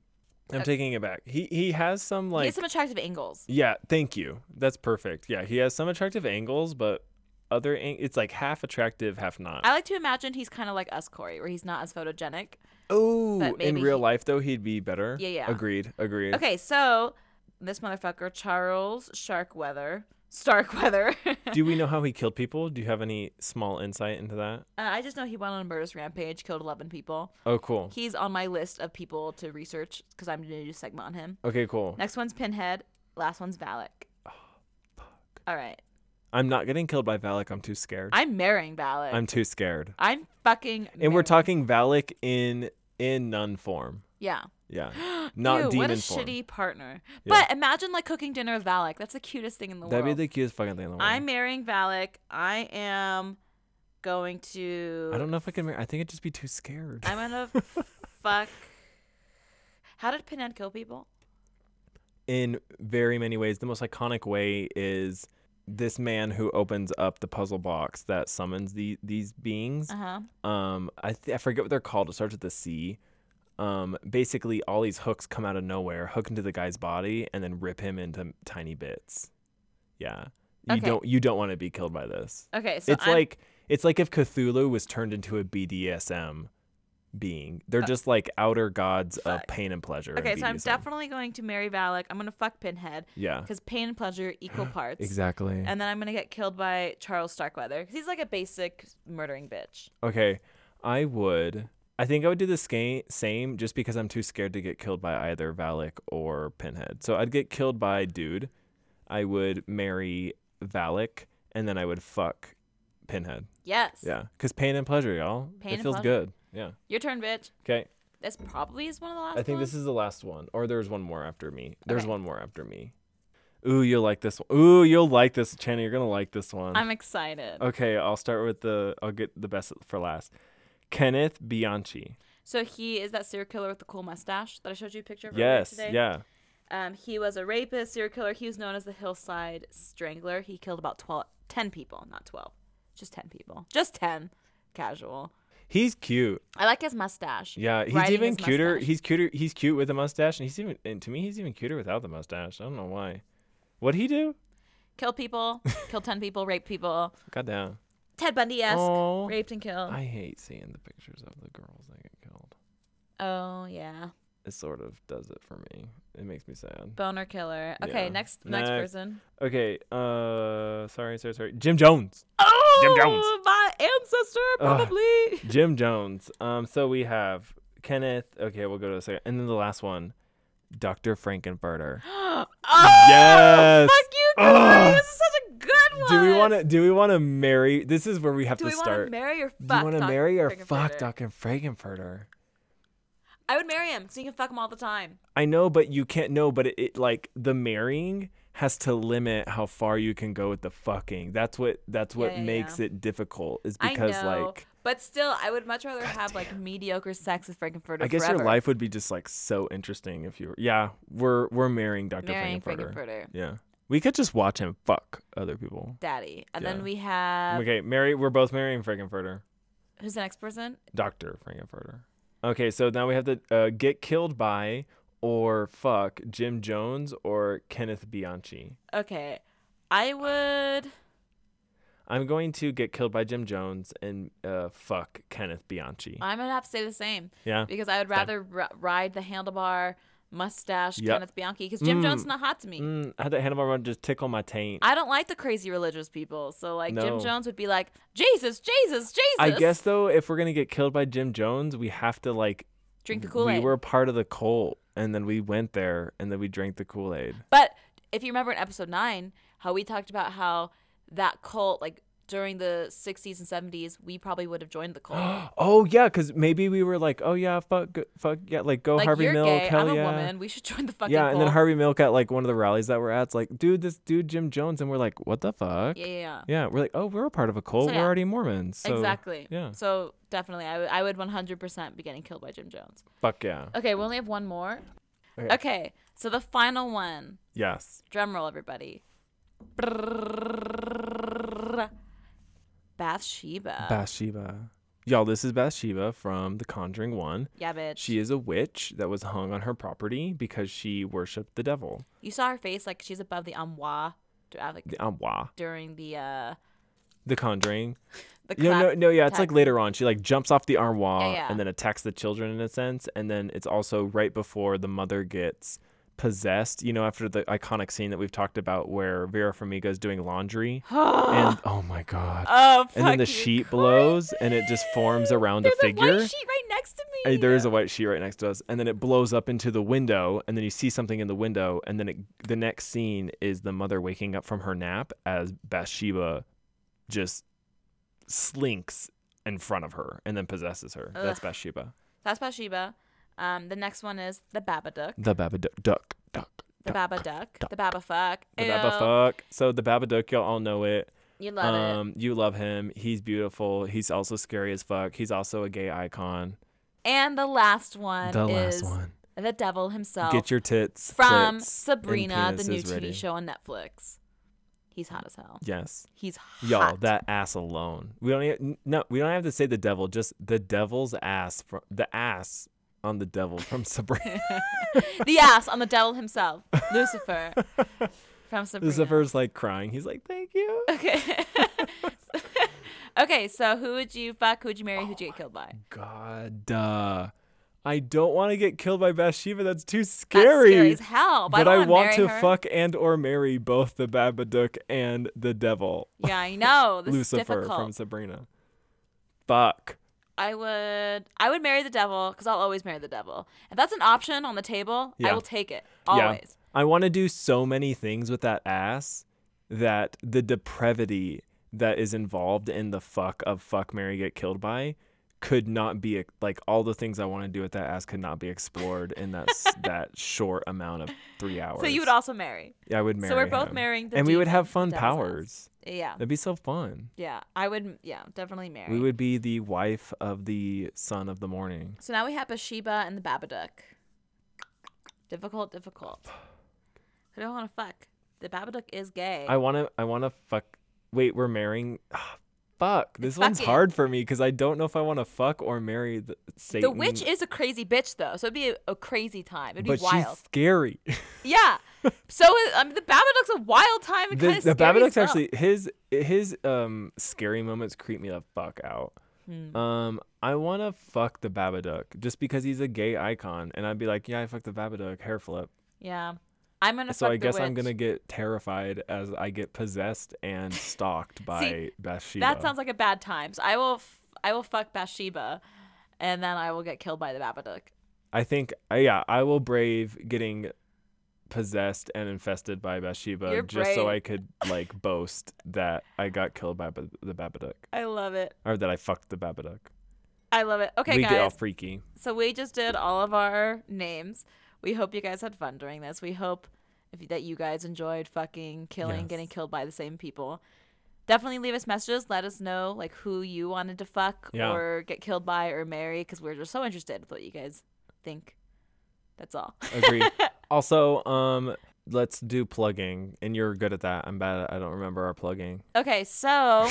Speaker 2: I'm taking it back. He he has some
Speaker 1: he
Speaker 2: like
Speaker 1: has some attractive angles.
Speaker 2: yeah. Thank you. That's perfect. Yeah, he has some attractive angles, but other ang- it's like half attractive, half not.
Speaker 1: I like to imagine he's kind of like us, Corey, where he's not as photogenic.
Speaker 2: Oh,
Speaker 1: Uh, but
Speaker 2: in
Speaker 1: maybe
Speaker 2: real
Speaker 1: he-
Speaker 2: life though, he'd be better.
Speaker 1: Yeah, yeah.
Speaker 2: Agreed. Agreed.
Speaker 1: Okay, so this motherfucker, Charles Sharkweather, Starkweather. uh,
Speaker 2: Do we know how he killed people? Do you have any small insight into that?
Speaker 1: Uh, I just know he went on a murderous rampage, killed 11 people.
Speaker 2: Oh, cool.
Speaker 1: He's on my list of people to research because I'm going to do a segment on him.
Speaker 2: Okay, cool.
Speaker 1: Next one's Pinhead. Last one's Valak.
Speaker 2: Ah,
Speaker 1: All right.
Speaker 2: I'm not getting killed by Valak. I'm too scared.
Speaker 1: I'm marrying Valak.
Speaker 2: I'm
Speaker 1: I'm,
Speaker 2: too scared.
Speaker 1: fucking.
Speaker 2: And we're
Speaker 1: marrying-
Speaker 2: talking Valak in in nun form.
Speaker 1: Yeah.
Speaker 2: Yeah. Not
Speaker 1: Ew,
Speaker 2: demon
Speaker 1: what a
Speaker 2: form.
Speaker 1: shitty partner.
Speaker 2: Yeah.
Speaker 1: But imagine like cooking dinner with Valak. That's the cutest thing in the
Speaker 2: That'd be
Speaker 1: world.
Speaker 2: the cutest fucking thing in the world.
Speaker 1: I'm marrying Valak. I am going to.
Speaker 2: I don't know if I can. mar- I think it'd just be too scared.
Speaker 1: I'm gonna fuck. How did Pinhead kill people?
Speaker 2: in very many ways, the most iconic way is this man who opens up the puzzle box that summons the these beings.
Speaker 1: Uh huh.
Speaker 2: um I, th- I forget what they're called it starts with a c um basically all these hooks come out of nowhere hook into the guy's body and then rip him into m- tiny bits yeah you
Speaker 1: Okay.
Speaker 2: don't you don't want to be killed by this
Speaker 1: Okay, so
Speaker 2: it's
Speaker 1: I'm,
Speaker 2: like it's like if cthulhu was turned into a bdsm being they're just like outer gods of
Speaker 1: Uh, fuck.
Speaker 2: pain and pleasure in
Speaker 1: okay, so I'm
Speaker 2: BDSM.
Speaker 1: definitely going to marry Valak. I'm gonna fuck Pinhead
Speaker 2: yeah
Speaker 1: because pain and pleasure equal parts.
Speaker 2: exactly
Speaker 1: And then I'm gonna get killed by Charles Starkweather because he's like a basic murdering bitch.
Speaker 2: Okay, I would. I think I would do the sca- same just because I'm too scared to get killed by either Valak or Pinhead. So I'd get killed by Dude. I would marry Valak and then I would fuck Pinhead.
Speaker 1: Yes.
Speaker 2: Yeah. Because pain and pleasure, y'all.
Speaker 1: Pain
Speaker 2: it
Speaker 1: and
Speaker 2: feels
Speaker 1: pleasure.
Speaker 2: good. Yeah.
Speaker 1: Your turn, bitch.
Speaker 2: Okay.
Speaker 1: This probably is one of the last.
Speaker 2: I think this
Speaker 1: ones.
Speaker 2: is the last one. Or there's one more after me. There's
Speaker 1: Uh-huh. Okay.
Speaker 2: one more after me. Ooh, you'll like this one. Ooh, you'll like this, Channing. You're going to like this one.
Speaker 1: I'm excited.
Speaker 2: okay, I'll start with the. I'll get the best for last. Kenneth Bianchi.
Speaker 1: So he is that serial killer with the cool mustache that I showed you a picture of earlier
Speaker 2: Yes.
Speaker 1: today.
Speaker 2: Yeah.
Speaker 1: Um, he was a rapist, serial killer. He was known as the Hillside Strangler. He killed about 12, 10 people, not 12. Just 10 people. Just 10. Casual.
Speaker 2: He's cute.
Speaker 1: I like his mustache.
Speaker 2: Yeah, he's
Speaker 1: Riding
Speaker 2: even
Speaker 1: his
Speaker 2: cuter.
Speaker 1: mustache.
Speaker 2: He's cuter. He's cute with a mustache, and he's even and to me, he's even cuter without the mustache. I don't know why. What'd he do?
Speaker 1: Kill people, kill 10 people, rape people.
Speaker 2: Goddamn.
Speaker 1: Ted Bundy esque.
Speaker 2: Oh.
Speaker 1: Raped and killed.
Speaker 2: I hate seeing the pictures of the girls that get killed.
Speaker 1: oh, yeah.
Speaker 2: it sort of does it for me. It makes me sad.
Speaker 1: Boner killer. Okay,
Speaker 2: Yeah.
Speaker 1: next next
Speaker 2: Next.
Speaker 1: person.
Speaker 2: Okay, uh, sorry, sorry, sorry. Jim Jones.
Speaker 1: Oh,
Speaker 2: Jones.
Speaker 1: my ancestor probably.
Speaker 2: Jim Jones. Um, so we have Kenneth. Okay, we'll go to the second, and then the last one, Doctor Frankenfurter.
Speaker 1: oh,
Speaker 2: Yes.
Speaker 1: Fuck you,
Speaker 2: Ugh.
Speaker 1: Corey. This is such a good one.
Speaker 2: Do we want to? Do we want to marry? This is where we have
Speaker 1: Do
Speaker 2: to
Speaker 1: we want to
Speaker 2: start.
Speaker 1: marry or fuck?
Speaker 2: do you want to
Speaker 1: Doc
Speaker 2: marry or
Speaker 1: Frankenfurter?
Speaker 2: fuck Doctor Frankenfurter?
Speaker 1: I would marry him, so you can fuck him all the time.
Speaker 2: I know, but you can't know. But it, it like the marrying has to limit how far you can go with the fucking. That's what. That's what
Speaker 1: Yeah, yeah,
Speaker 2: makes
Speaker 1: yeah.
Speaker 2: it difficult. Is
Speaker 1: I
Speaker 2: because
Speaker 1: know,
Speaker 2: like.
Speaker 1: but still, I would much rather have like mediocre sex with Frankenfurter.
Speaker 2: I guess
Speaker 1: forever.
Speaker 2: your life would be just like so interesting if you were. Yeah, we're we're marrying Dr.
Speaker 1: marrying
Speaker 2: Frankenfurter.
Speaker 1: Frankenfurter,
Speaker 2: Yeah, we could just watch him fuck other people.
Speaker 1: daddy, and
Speaker 2: Yeah.
Speaker 1: then we have
Speaker 2: okay, Mary, we're both marrying Frankenfurter,
Speaker 1: who's the next person?
Speaker 2: Doctor Frankenfurter. Okay, so now we have to uh, get killed by or fuck Jim Jones or Kenneth Bianchi.
Speaker 1: Okay, I would.
Speaker 2: I'm going to get killed by Jim Jones and uh, fuck Kenneth Bianchi.
Speaker 1: I'm gonna have to say the same
Speaker 2: yeah.
Speaker 1: because I would rather r- ride the handlebar mustache
Speaker 2: Yep.
Speaker 1: Kenneth Bianchi because Jim Jones is
Speaker 2: Mm.
Speaker 1: not hot to me.
Speaker 2: Mm, I had that handlebar run just tickle my taint.
Speaker 1: I don't like the crazy religious people. So like Jim
Speaker 2: No.
Speaker 1: Jones would be like, Jesus, Jesus, Jesus.
Speaker 2: I guess though, if we're gonna get killed by Jim Jones, we have to like
Speaker 1: drink the Kool Aid.
Speaker 2: We were part of the cult, and then we went there, and then we drank the Kool Aid.
Speaker 1: But if you remember in episode nine, how we talked about how that cult, like during the 60s and 70s, we probably would have joined the cult.
Speaker 2: Oh yeah, because maybe we were like, oh yeah, fuck, g- fuck yeah, like go
Speaker 1: like,
Speaker 2: Harvey
Speaker 1: you're
Speaker 2: Milk,
Speaker 1: gay.
Speaker 2: hell
Speaker 1: I'm a
Speaker 2: yeah,
Speaker 1: woman. We should join the fucking
Speaker 2: yeah.
Speaker 1: cult.
Speaker 2: And then Harvey Milk at like one of the rallies that we're at, it's like, dude, this dude Jim Jones, and we're like, what the fuck?
Speaker 1: yeah, yeah, yeah.
Speaker 2: Yeah, we're like, oh, we're a part of a cult.
Speaker 1: So,
Speaker 2: We're
Speaker 1: yeah.
Speaker 2: already Mormons. So,
Speaker 1: exactly.
Speaker 2: yeah.
Speaker 1: So definitely, I would- I would 100% be getting killed by Jim Jones.
Speaker 2: Fuck yeah.
Speaker 1: Okay, we only have one more.
Speaker 2: Okay.
Speaker 1: okay so the final one.
Speaker 2: Yes.
Speaker 1: Drum roll, everybody. Bathsheba.
Speaker 2: Bathsheba. Y'all, this is Bathsheba from The Conjuring One.
Speaker 1: yeah, bitch.
Speaker 2: She is a witch that was hung on her property because she worshipped the devil.
Speaker 1: you saw her face, like she's above the amour dur- uh, like,
Speaker 2: The Amwa.
Speaker 1: during the uh
Speaker 2: The Conjuring.
Speaker 1: the
Speaker 2: No,
Speaker 1: clap
Speaker 2: no, no, yeah. It's like
Speaker 1: attack.
Speaker 2: later on. She like jumps off the armoire
Speaker 1: Yeah, yeah.
Speaker 2: and then attacks the children in a sense. And then it's also right before the mother gets possessed, you know, after the iconic scene that we've talked about where Vera Farmiga is doing laundry. and oh my God.
Speaker 1: Oh, fuck
Speaker 2: and then the
Speaker 1: you.
Speaker 2: sheet blows and it just forms around
Speaker 1: There's
Speaker 2: a figure.
Speaker 1: A white sheet right next to me.
Speaker 2: Hey, there is a white sheet right next to us, and then it blows up into the window, and then you see something in the window, and then it, the next scene is the mother waking up from her nap as Bathsheba just slinks in front of her and then possesses her. That's
Speaker 1: Ugh.
Speaker 2: Bathsheba.
Speaker 1: That's Bathsheba. Um, the next one is the Babadook,
Speaker 2: The Babadook. Duck. Duck.
Speaker 1: the
Speaker 2: duck,
Speaker 1: Babadook, the Babafuck.
Speaker 2: The
Speaker 1: Ew.
Speaker 2: Babafuck. So the Babadook, y'all all know it.
Speaker 1: You love
Speaker 2: um, You love him. He's beautiful. He's also scary as fuck. He's also a gay icon.
Speaker 1: it. And the last one
Speaker 2: the
Speaker 1: is
Speaker 2: last one.
Speaker 1: the Devil himself
Speaker 2: Get your tits.
Speaker 1: from
Speaker 2: clits, and
Speaker 1: Sabrina, the new
Speaker 2: penises ready.
Speaker 1: TV show on Netflix. He's hot as hell.
Speaker 2: Yes.
Speaker 1: He's hot.
Speaker 2: Y'all, that ass alone. We don't even, no, we don't have to say the devil, just the devil's ass from the ass on the devil from Sabrina.
Speaker 1: the ass on the devil himself, Lucifer, from Sabrina.
Speaker 2: Lucifer's like crying. He's like, "Thank you."
Speaker 1: Okay. okay, so who would you fuck? Who would you marry? Who'd you get killed by?
Speaker 2: God, uh, I don't want to get killed by Bathsheba. That's too
Speaker 1: That's
Speaker 2: scary.
Speaker 1: scary as hell. But,
Speaker 2: but I
Speaker 1: don't
Speaker 2: want
Speaker 1: marry
Speaker 2: to
Speaker 1: her.
Speaker 2: fuck and or marry both the Babadook and the devil,
Speaker 1: Yeah, I know. This is
Speaker 2: Lucifer
Speaker 1: difficult.
Speaker 2: from Sabrina. Fuck.
Speaker 1: I would. I would marry the devil because I'll always marry the devil. If that's an option on the table, I
Speaker 2: Yeah.
Speaker 1: will take it always.
Speaker 2: I want to do so many things with that ass that the depravity that is involved in the fuck of fuck Mary get killed by could not be like all the things I want to do with that ass could not be explored in that s- that short amount of three hours.
Speaker 1: So you would also marry.
Speaker 2: yeah, I would marry.
Speaker 1: so we're both
Speaker 2: him.
Speaker 1: marrying the
Speaker 2: and we would
Speaker 1: demon,
Speaker 2: have
Speaker 1: the
Speaker 2: fun
Speaker 1: devil's ass.
Speaker 2: powers.
Speaker 1: Yeah,
Speaker 2: That'd be so fun.
Speaker 1: yeah. I would. Yeah, definitely marry.
Speaker 2: We would be the wife of the son of the morning.
Speaker 1: So now we have Bathsheba and the Babadook. Difficult, difficult. I don't want to fuck. The Babadook is gay.
Speaker 2: I want to. I want to fuck. Wait, we're marrying. fuck. This one's
Speaker 1: fucking.
Speaker 2: hard for me because I don't know if I want to fuck or marry the Satan.
Speaker 1: the witch is a crazy bitch though, so it'd be a, a crazy time. It'd be
Speaker 2: but
Speaker 1: wild.
Speaker 2: she's scary.
Speaker 1: Yeah. so I mean, the Babadook's a wild time. And
Speaker 2: the
Speaker 1: kind of
Speaker 2: the Babadook's actually his his um scary moments creep me the fuck out. Um, I want to fuck the Babadook just because he's a gay icon, and I'd be like, yeah, I fuck the Babadook, hair flip.
Speaker 1: Yeah. I'm gonna.
Speaker 2: So
Speaker 1: fuck
Speaker 2: I
Speaker 1: the
Speaker 2: guess I'm
Speaker 1: witch.
Speaker 2: gonna get terrified as I get possessed and stalked by Bathsheba.
Speaker 1: That sounds like a bad time. So I will. F- I will fuck Bathsheba, and then I will get killed by the Babadook.
Speaker 2: I think, uh, yeah, I will brave getting possessed and infested by Bathsheba
Speaker 1: You're
Speaker 2: just so
Speaker 1: brave.
Speaker 2: I could like boast that I got killed by Ba- the Babadook
Speaker 1: I love it.
Speaker 2: or that I fucked the Babadook.
Speaker 1: I love it. Okay,
Speaker 2: we
Speaker 1: guys.
Speaker 2: get all freaky.
Speaker 1: So we just did all of our names. We hope you guys had fun during this. We hope if, that you guys enjoyed fucking killing,
Speaker 2: Yes.
Speaker 1: getting killed by the same people. Definitely leave us messages. Let us know like who you wanted to fuck
Speaker 2: Yeah.
Speaker 1: or get killed by or marry because we're just so interested with what you guys think. That's all.
Speaker 2: Agree. also, um, let's do plugging, and you're good at that. I'm bad. At, I don't remember our plugging.
Speaker 1: Okay, so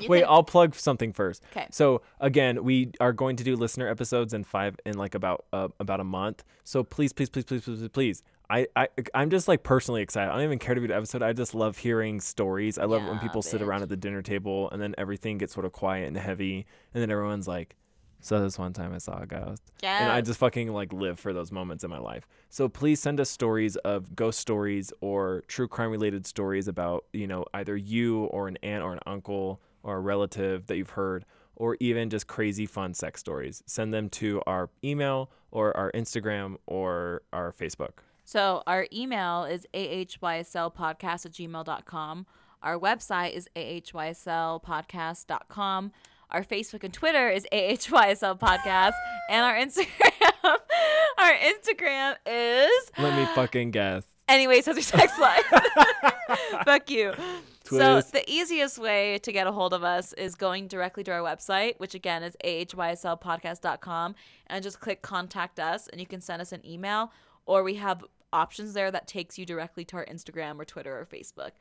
Speaker 1: you
Speaker 2: Wait,
Speaker 1: can-
Speaker 2: I'll plug something first.
Speaker 1: 'Kay.
Speaker 2: So again, we are going to do listener episodes in five in like about uh, about a month. So please, please, please, please, please, please, please. I, I I'm just like personally excited. I don't even care to be an episode. I just love hearing stories. I love when
Speaker 1: Yeah,
Speaker 2: people sit around
Speaker 1: bitch.
Speaker 2: at the dinner table and then everything gets sort of quiet and heavy, and then everyone's like, "So this one time I saw a ghost." and I
Speaker 1: Yes.
Speaker 2: just fucking like live for those moments in my life. So please send us stories of ghost stories or true crime related stories about, you know, either you or an aunt or an uncle or a relative that you've heard or even just crazy fun sex stories. Send them to our email or our Instagram or our Facebook.
Speaker 1: So our email is ahyslpodcast at gmail.com. Our website is ahyslpodcast.com. Our Facebook and Twitter is ahyslpodcast. and our Instagram, our Instagram is
Speaker 2: Let me fucking guess.
Speaker 1: anyways, how's your sex life? Fuck you. So
Speaker 2: Twist.
Speaker 1: the easiest way to get a hold of us is going directly to our website, which again is ahyslpodcast.com, and just click contact us, and you can send us an email, or we have options there that takes you directly to our Instagram or Twitter or Facebook.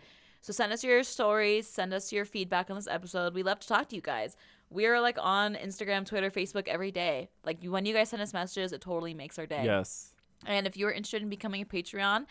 Speaker 1: So send us your stories, send us your feedback on this episode. We love to talk to you guys. We are like on Instagram, Twitter, Facebook every day. Like when you guys send us messages, it totally makes our day.
Speaker 2: Yes.
Speaker 1: And if you're interested in becoming a Patreon,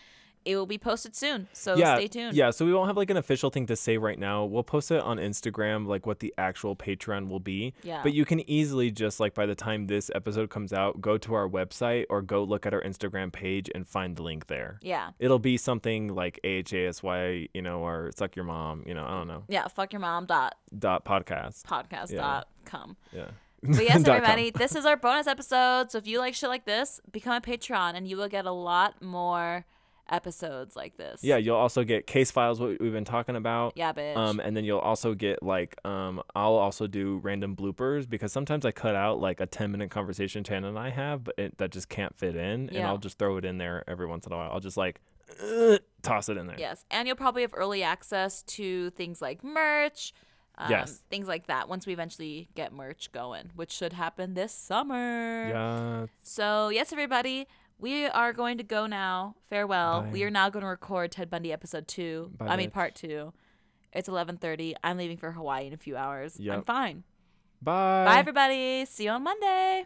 Speaker 1: it will be posted soon. So
Speaker 2: yeah,
Speaker 1: stay tuned.
Speaker 2: Yeah, so we won't have like an official thing to say right now. We'll post it on Instagram, like what the actual Patreon will be.
Speaker 1: Yeah.
Speaker 2: But you can easily just like by the time this episode comes out, go to our website or go look at our Instagram page and find the link there.
Speaker 1: Yeah.
Speaker 2: It'll be something like AHASY, you know, or Suck Your Mom, you know, I don't know,
Speaker 1: Yeah, fuck your mom dot
Speaker 2: dot podcast.
Speaker 1: podcast
Speaker 2: Yeah.
Speaker 1: dot com.
Speaker 2: Yeah.
Speaker 1: But yes,
Speaker 2: Dot com.
Speaker 1: everybody, this is our bonus episode. So if you like shit like this, become a Patreon and you will get a lot more episodes like this.
Speaker 2: Yeah, you'll also get case files, what we've been talking about.
Speaker 1: Yeah, bitch.
Speaker 2: Um, and then you'll also get like, um, I'll also do random bloopers because sometimes I cut out like a 10 minute conversation Tana and I have, but it, that just can't fit in. And
Speaker 1: Yeah.
Speaker 2: I'll just throw it in there every once in a while. I'll just like uh, toss it in there.
Speaker 1: Yes. And you'll probably have early access to things like merch. Um,
Speaker 2: Yes.
Speaker 1: Things like that once we eventually get merch going, which should happen this summer.
Speaker 2: Yeah.
Speaker 1: So, yes, everybody, we are going to go now. Farewell. We
Speaker 2: Bye.
Speaker 1: are now going to record Ted Bundy episode two.
Speaker 2: Bye,
Speaker 1: I mean,
Speaker 2: bitch.
Speaker 1: part two. It's 11.30. I'm leaving for Hawaii in a few hours. I'm
Speaker 2: Yep.
Speaker 1: fine.
Speaker 2: Bye.
Speaker 1: Bye, everybody. See you on Monday.